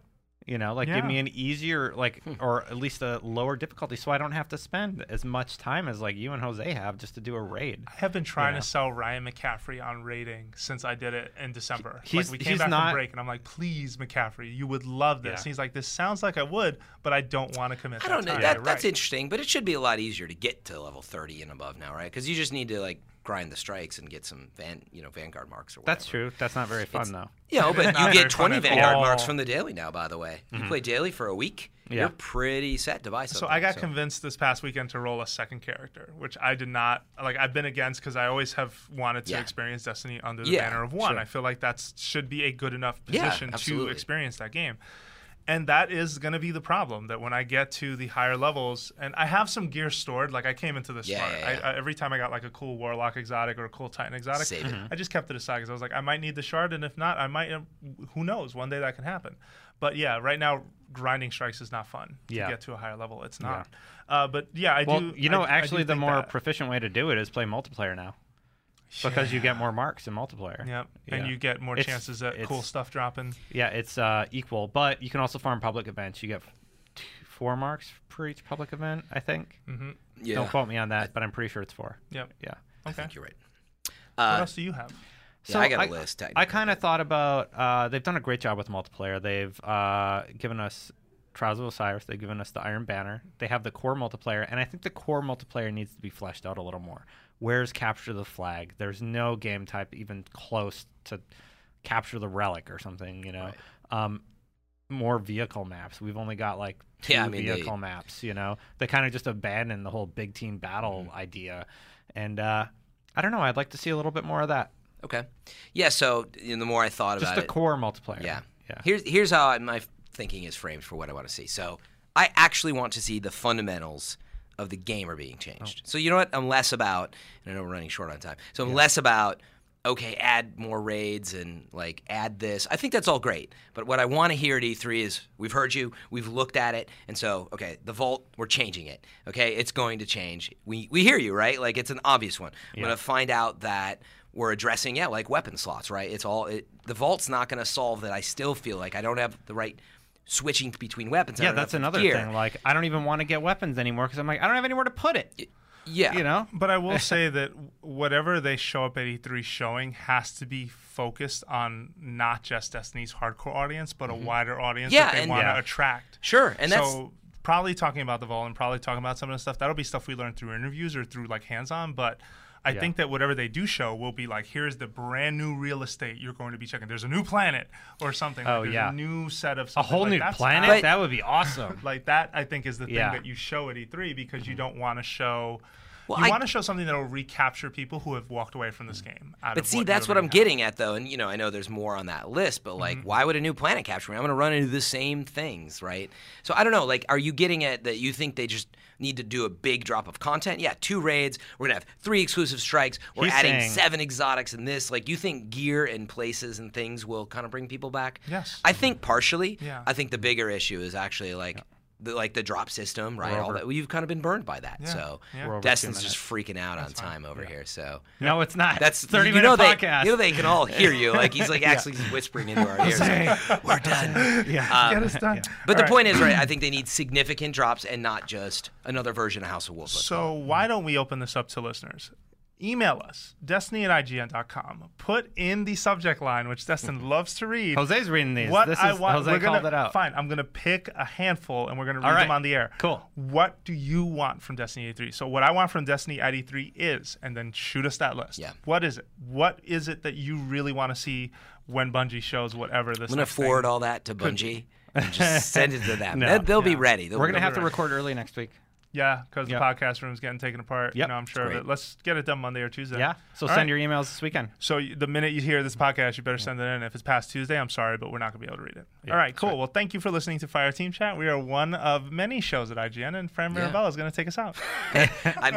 [SPEAKER 3] You know, like give
[SPEAKER 1] Yeah.
[SPEAKER 3] me an easier, like, or at least a lower difficulty so I don't have to spend as much time as like you and Jose have just to do a raid.
[SPEAKER 1] I have been trying
[SPEAKER 3] Yeah.
[SPEAKER 1] to sell Ryan McCaffrey on rating since I did it in December.
[SPEAKER 3] He's-
[SPEAKER 1] like we came
[SPEAKER 3] he's
[SPEAKER 1] back
[SPEAKER 3] not-
[SPEAKER 1] from break, and I'm like, "Please, McCaffrey, you would love this."
[SPEAKER 3] Yeah.
[SPEAKER 1] And he's like, "This sounds like I would, but I don't want to commit."
[SPEAKER 2] I don't know.
[SPEAKER 1] Time.
[SPEAKER 2] That,
[SPEAKER 1] You're
[SPEAKER 2] That's
[SPEAKER 1] right.
[SPEAKER 2] interesting, but it should be a lot easier to get to level 30 and above now, right? Because you just need to like grind the strikes and get some van, you know, vanguard marks or whatever.
[SPEAKER 3] That's true. That's not very fun, though.
[SPEAKER 2] You know, but
[SPEAKER 1] Not
[SPEAKER 2] you
[SPEAKER 1] very
[SPEAKER 2] get 20
[SPEAKER 1] fun at
[SPEAKER 2] vanguard
[SPEAKER 1] all.
[SPEAKER 2] marks from the daily now. By the way, you play daily for a week.
[SPEAKER 3] Yeah.
[SPEAKER 2] You're pretty set to buy
[SPEAKER 1] So
[SPEAKER 2] something.
[SPEAKER 1] I got convinced this past weekend to roll a second character, which I did not like. I've been against because I always have wanted to
[SPEAKER 2] Yeah.
[SPEAKER 1] experience Destiny under the
[SPEAKER 2] Yeah,
[SPEAKER 1] banner of one.
[SPEAKER 2] sure.
[SPEAKER 1] I feel like that should be a good enough
[SPEAKER 2] Yeah,
[SPEAKER 1] position to
[SPEAKER 2] absolutely.
[SPEAKER 1] experience that game. And that is going to be the problem that when I get to the higher levels, and I have some gear stored. Like I came into this
[SPEAKER 2] Yeah,
[SPEAKER 1] smart.
[SPEAKER 2] yeah, yeah.
[SPEAKER 1] I, I, every time I got like a cool warlock exotic or a cool titan exotic,
[SPEAKER 2] Save
[SPEAKER 3] Mm-hmm.
[SPEAKER 2] it.
[SPEAKER 1] I just kept it aside because I was like, I might need the shard, and if not, I might. um, Who knows? One day that can happen. But yeah, right now grinding strikes is not fun to
[SPEAKER 3] Yeah.
[SPEAKER 1] get to a higher level. It's not. Uh, but yeah, I
[SPEAKER 3] Well,
[SPEAKER 1] do.
[SPEAKER 3] you know,
[SPEAKER 1] I- I
[SPEAKER 3] actually,
[SPEAKER 1] do
[SPEAKER 3] the
[SPEAKER 1] think
[SPEAKER 3] more
[SPEAKER 1] that.
[SPEAKER 3] proficient way to do it is play multiplayer now because you get more marks in multiplayer.
[SPEAKER 1] Yep. And
[SPEAKER 3] Yeah.
[SPEAKER 1] you get more
[SPEAKER 3] It's-
[SPEAKER 1] chances at
[SPEAKER 3] it's-
[SPEAKER 1] cool stuff dropping.
[SPEAKER 3] Yeah, it's uh, equal, but you can also farm public events. You get f- two, four marks for each public event, I think.
[SPEAKER 2] Yeah.
[SPEAKER 3] Don't quote me on that, but I'm pretty sure it's four.
[SPEAKER 1] Mm-hmm. Yep.
[SPEAKER 3] Yeah.
[SPEAKER 2] I
[SPEAKER 1] Okay.
[SPEAKER 2] think you're right.
[SPEAKER 1] What
[SPEAKER 2] Uh,
[SPEAKER 1] else do you have?
[SPEAKER 2] Yeah, I got a list.
[SPEAKER 3] I kind of thought about uh, they've done a great job with multiplayer. They've uh, given us Trials of Osiris. They've given us the Iron Banner. They have the core multiplayer, and I think the core multiplayer needs to be fleshed out a little more. Where's capture the flag? There's no game type even close to capture the relic or something. You know, um, more vehicle maps. We've only got like two
[SPEAKER 2] Yeah, I mean, they-
[SPEAKER 3] vehicle maps. You know, they kind of just abandoned the whole big team battle
[SPEAKER 2] Mm-hmm.
[SPEAKER 3] idea, and uh, I don't know. I'd like to see a little bit more of that.
[SPEAKER 2] Okay. Yeah. So you know, the more I thought
[SPEAKER 3] Just
[SPEAKER 2] about
[SPEAKER 3] the
[SPEAKER 2] it,
[SPEAKER 3] core multiplayer.
[SPEAKER 2] yeah.
[SPEAKER 3] Yeah.
[SPEAKER 2] Here's here's how I- my thinking is framed for what I want to see. So I actually want to see the fundamentals of the game are being changed. So you know what? I'm less about, and I know we're running short on time. So I'm less about. Okay, add more raids and like add this. I think that's all great. But what I want to hear at E3 is we've heard you, we've looked at it, and so okay, the vault, we're changing it. Okay, it's going to change. We we hear you, right? Like it's an obvious one. I'm gonna find out that we're addressing yeah like weapon slots right it's all it, the vault's not going to solve that i still feel like i don't have the right switching between weapons I
[SPEAKER 3] Yeah,
[SPEAKER 2] don't have
[SPEAKER 3] that's
[SPEAKER 2] the
[SPEAKER 3] another
[SPEAKER 2] gear.
[SPEAKER 3] thing. Like, I don't even want to get weapons anymore because I'm like, I don't have anywhere to put it.
[SPEAKER 2] yeah
[SPEAKER 3] You know?
[SPEAKER 1] But I will say that whatever they show up at E3 showing has to be focused on not just Destiny's hardcore audience, but a wider audience
[SPEAKER 2] Yeah,
[SPEAKER 1] that they
[SPEAKER 2] and-
[SPEAKER 1] want to
[SPEAKER 3] Mm-hmm. Yeah.
[SPEAKER 1] attract.
[SPEAKER 2] sure and that's
[SPEAKER 1] so probably talking about the vol and probably talking about some of the stuff that'll be stuff we learned through interviews or through like hands-on but I think that whatever they do show will be like, here's the brand new real estate you're going to be checking. There's a new planet or something.
[SPEAKER 3] Oh,
[SPEAKER 1] like, there's
[SPEAKER 3] yeah.
[SPEAKER 1] a new set of
[SPEAKER 3] A
[SPEAKER 1] something.
[SPEAKER 3] whole
[SPEAKER 1] Like,
[SPEAKER 3] new
[SPEAKER 1] that's
[SPEAKER 3] planet?
[SPEAKER 1] not-
[SPEAKER 3] that would be awesome.
[SPEAKER 1] like that, I think, is the thing
[SPEAKER 3] Yeah.
[SPEAKER 1] that you show at E3 because you don't want to show.
[SPEAKER 2] Mm-hmm. Well,
[SPEAKER 1] you
[SPEAKER 2] I- Mm.
[SPEAKER 1] want to show something that will recapture people who have walked away from this game. out
[SPEAKER 2] but
[SPEAKER 1] of
[SPEAKER 2] see
[SPEAKER 1] what you
[SPEAKER 2] that's what i'm
[SPEAKER 1] already have. Mm-hmm.
[SPEAKER 2] getting at though and you know i know there's more on that list but like why would a new planet capture me i'm going to run into the same things right so i don't know like are you getting at that you think they just need to do a big drop of content yeah two raids we're going to have three exclusive strikes we're
[SPEAKER 3] He's
[SPEAKER 2] adding
[SPEAKER 3] saying-
[SPEAKER 2] seven exotics and this like you think gear and places and things will kind of bring people back
[SPEAKER 1] Yes.
[SPEAKER 2] I think partially.
[SPEAKER 1] Yeah.
[SPEAKER 2] I think the bigger issue is actually like the like the drop system, right? All
[SPEAKER 3] over-
[SPEAKER 2] that well, you've kind of been burned by that. So
[SPEAKER 1] yeah. We're
[SPEAKER 3] over two
[SPEAKER 2] Destin's just freaking out on time over here. So
[SPEAKER 3] no, it's not.
[SPEAKER 2] that's
[SPEAKER 3] 30
[SPEAKER 2] you
[SPEAKER 3] minute
[SPEAKER 2] know they
[SPEAKER 3] podcast.
[SPEAKER 2] you know they can all hear you. Like he's like actually just whispering into our ears. like, We're done.
[SPEAKER 3] yeah.
[SPEAKER 1] Get us done.
[SPEAKER 2] But the
[SPEAKER 1] All right.
[SPEAKER 2] point is, right? I think they need significant drops and not just another version of House of Wolves.
[SPEAKER 1] So why don't we open this up to listeners? Email us, destiny at IGN.com. Put in the subject line, which Destin loves to read.
[SPEAKER 3] Jose's reading these.
[SPEAKER 1] what
[SPEAKER 3] this is,
[SPEAKER 1] I want.
[SPEAKER 3] Jose
[SPEAKER 1] we're
[SPEAKER 3] called
[SPEAKER 1] gonna,
[SPEAKER 3] it out.
[SPEAKER 1] Fine. I'm gonna pick a handful and we're gonna read
[SPEAKER 3] All right.
[SPEAKER 1] them on the air.
[SPEAKER 3] Cool.
[SPEAKER 1] What do you want from Destiny 83? So what I want from Destiny at E3 is, and then shoot us that list.
[SPEAKER 2] Yeah.
[SPEAKER 1] What is it? What is it that you really want to see when Bungie shows whatever this?
[SPEAKER 2] I'm gonna
[SPEAKER 1] next thing-
[SPEAKER 2] forward all that to Bungie and just send it to them.
[SPEAKER 3] No.
[SPEAKER 2] They'll- They'll be ready. They'll-
[SPEAKER 3] We're going to
[SPEAKER 2] they'll
[SPEAKER 3] have
[SPEAKER 2] be
[SPEAKER 3] to
[SPEAKER 2] ready.
[SPEAKER 3] record early next week.
[SPEAKER 1] Yeah, because
[SPEAKER 3] Yeah.
[SPEAKER 1] the podcast room's getting taken apart. Yeah,
[SPEAKER 3] Yep.
[SPEAKER 1] You know, I'm sure of
[SPEAKER 2] Great.
[SPEAKER 1] it. Let's get it done Monday or Tuesday.
[SPEAKER 3] Yeah. So
[SPEAKER 1] All
[SPEAKER 3] send
[SPEAKER 1] right.
[SPEAKER 3] your emails this weekend.
[SPEAKER 1] So y- the minute you hear this podcast, you better send it in. If it's past Tuesday, I'm sorry, but we're not going to be able to read it. All right, cool. Well, thank you for listening to Fire Team Chat. We are one of many shows at IGN, and Fran
[SPEAKER 2] Yeah.
[SPEAKER 1] Mirabella is going to take us out.
[SPEAKER 2] I,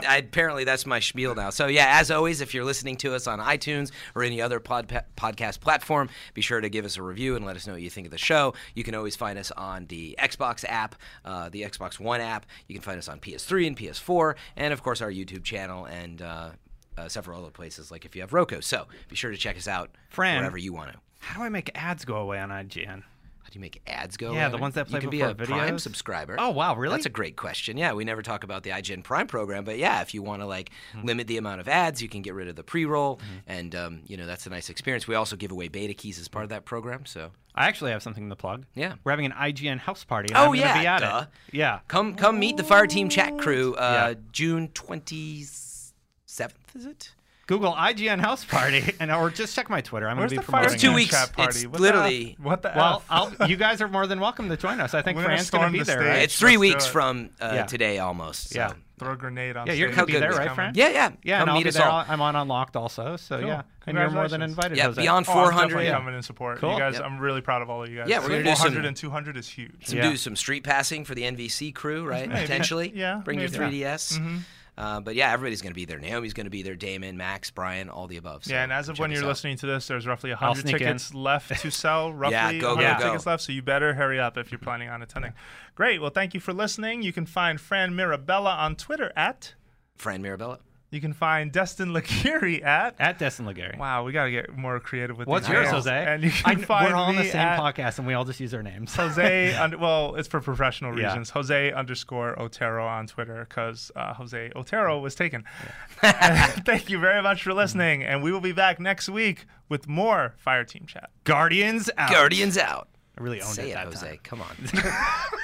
[SPEAKER 2] I, apparently, that's my spiel now. So, yeah, as always, if you're listening to us on iTunes or any other pod, podcast platform, be sure to give us a review and let us know what you think of the show. You can always find us on the Xbox app, uh, the Xbox One app. You can find us on PS3 and PS4, and of course, our YouTube channel and uh, uh, several other places, like if you have Roku. So, be sure to check us out
[SPEAKER 3] Fran.
[SPEAKER 2] wherever you want to.
[SPEAKER 3] How do I make ads go away on IGN?
[SPEAKER 2] How do you make ads go?
[SPEAKER 3] Yeah, the
[SPEAKER 2] away?
[SPEAKER 3] ones that play
[SPEAKER 2] you can
[SPEAKER 3] before
[SPEAKER 2] be a Prime
[SPEAKER 3] videos.
[SPEAKER 2] subscriber.
[SPEAKER 3] Oh, wow, really?
[SPEAKER 2] That's a great question. Yeah, we never talk about the IGN Prime program, but yeah, if you want to like
[SPEAKER 3] Hmm.
[SPEAKER 2] limit the amount of ads, you can get rid of the pre-roll,
[SPEAKER 3] Mm-hmm.
[SPEAKER 2] and um, you know that's a nice experience. We also give away beta keys as
[SPEAKER 3] Hmm.
[SPEAKER 2] part of that program, so
[SPEAKER 3] I actually have something to plug.
[SPEAKER 2] Yeah.
[SPEAKER 3] We're having an IGN house party. and
[SPEAKER 2] Oh,
[SPEAKER 3] I'm gonna
[SPEAKER 2] yeah,
[SPEAKER 3] Be at
[SPEAKER 2] duh.
[SPEAKER 3] It. Yeah.
[SPEAKER 2] come come meet the fire team chat crew. Uh,
[SPEAKER 3] Yeah.
[SPEAKER 2] June twenty seventh is it?
[SPEAKER 3] Google IGN house party and or just check my Twitter. I'm going
[SPEAKER 1] Where's
[SPEAKER 3] to
[SPEAKER 1] the
[SPEAKER 3] be
[SPEAKER 1] fire
[SPEAKER 3] promoting
[SPEAKER 2] It's two
[SPEAKER 1] team
[SPEAKER 3] it.
[SPEAKER 2] weeks.
[SPEAKER 1] chat party?
[SPEAKER 2] It's
[SPEAKER 1] What the
[SPEAKER 2] literally-
[SPEAKER 1] F? what the
[SPEAKER 3] Well,
[SPEAKER 1] F?
[SPEAKER 3] I'll, you guys are more than welcome to join us. I think
[SPEAKER 1] We're gonna
[SPEAKER 3] Fran's going
[SPEAKER 1] storm
[SPEAKER 3] to be
[SPEAKER 1] the
[SPEAKER 3] there,
[SPEAKER 1] stage.
[SPEAKER 3] right?
[SPEAKER 2] It's three
[SPEAKER 1] let's do
[SPEAKER 2] weeks
[SPEAKER 1] it.
[SPEAKER 2] from uh,
[SPEAKER 3] Yeah.
[SPEAKER 2] today almost. so-
[SPEAKER 3] Yeah.
[SPEAKER 1] Throw a grenade on
[SPEAKER 3] Yeah, you're
[SPEAKER 1] stage.
[SPEAKER 3] gonna be
[SPEAKER 2] How
[SPEAKER 3] there,
[SPEAKER 2] good
[SPEAKER 3] right,
[SPEAKER 2] is
[SPEAKER 3] Fran?
[SPEAKER 2] Yeah, yeah.
[SPEAKER 3] Yeah,
[SPEAKER 2] come
[SPEAKER 3] and I'll
[SPEAKER 2] meet
[SPEAKER 3] be
[SPEAKER 2] us
[SPEAKER 3] there.
[SPEAKER 2] all.
[SPEAKER 3] I'm on Unlocked also, so yeah, and you're more than
[SPEAKER 1] Congratulations.
[SPEAKER 3] invited.
[SPEAKER 2] Yeah,
[SPEAKER 3] Jose.
[SPEAKER 2] beyond
[SPEAKER 1] Oh, I'm
[SPEAKER 2] four
[SPEAKER 1] definitely
[SPEAKER 2] hundred.
[SPEAKER 1] coming and support.
[SPEAKER 3] Cool.
[SPEAKER 1] You guys,
[SPEAKER 2] Yep.
[SPEAKER 1] I'm really proud of all of you guys.
[SPEAKER 2] Yeah, we're gonna do some-
[SPEAKER 1] 400 and 200 is huge.
[SPEAKER 2] some
[SPEAKER 3] Yeah.
[SPEAKER 2] do some street passing for the NVC crew, right? Potentially.
[SPEAKER 1] Yeah, Mm-hmm.
[SPEAKER 2] Bring your
[SPEAKER 1] maybe.
[SPEAKER 2] 3DS. Uh, but yeah, everybody's going to be there. Naomi's going to be there. Damon, Max, Brian, all the above. So
[SPEAKER 1] Yeah, and as of
[SPEAKER 2] check
[SPEAKER 1] when
[SPEAKER 2] us
[SPEAKER 1] you're
[SPEAKER 2] out.
[SPEAKER 1] listening to this, there's roughly 100
[SPEAKER 3] sneak in.
[SPEAKER 1] tickets left to sell. Roughly
[SPEAKER 2] go, go,
[SPEAKER 1] 100
[SPEAKER 2] go.
[SPEAKER 1] tickets left, so you better hurry up if you're planning on attending. Great. Well, thank you for listening. You can find Fran Mirabella on Twitter at
[SPEAKER 2] Fran Mirabella.
[SPEAKER 1] You can find Destin Lakiri at.
[SPEAKER 3] At Destin Legary.
[SPEAKER 1] Wow, we got to get more creative with
[SPEAKER 3] What's
[SPEAKER 1] these
[SPEAKER 3] yours,
[SPEAKER 1] names.
[SPEAKER 3] Jose?
[SPEAKER 1] And you can
[SPEAKER 3] I-
[SPEAKER 1] find
[SPEAKER 3] we're all on the
[SPEAKER 1] me
[SPEAKER 3] same
[SPEAKER 1] at
[SPEAKER 3] podcast, and we all just use our names.
[SPEAKER 1] Jose, under, well, it's for professional
[SPEAKER 3] Yeah.
[SPEAKER 1] reasons. Jose underscore Otero on Twitter because uh, Jose Otero was taken. Thank you very much for listening, and we will be back next week with more Fire Team Chat.
[SPEAKER 4] Guardians out.
[SPEAKER 2] Guardians out.
[SPEAKER 3] I really owned
[SPEAKER 2] Say
[SPEAKER 3] it
[SPEAKER 2] it,
[SPEAKER 3] that
[SPEAKER 2] Jose.
[SPEAKER 3] time.
[SPEAKER 2] Come on.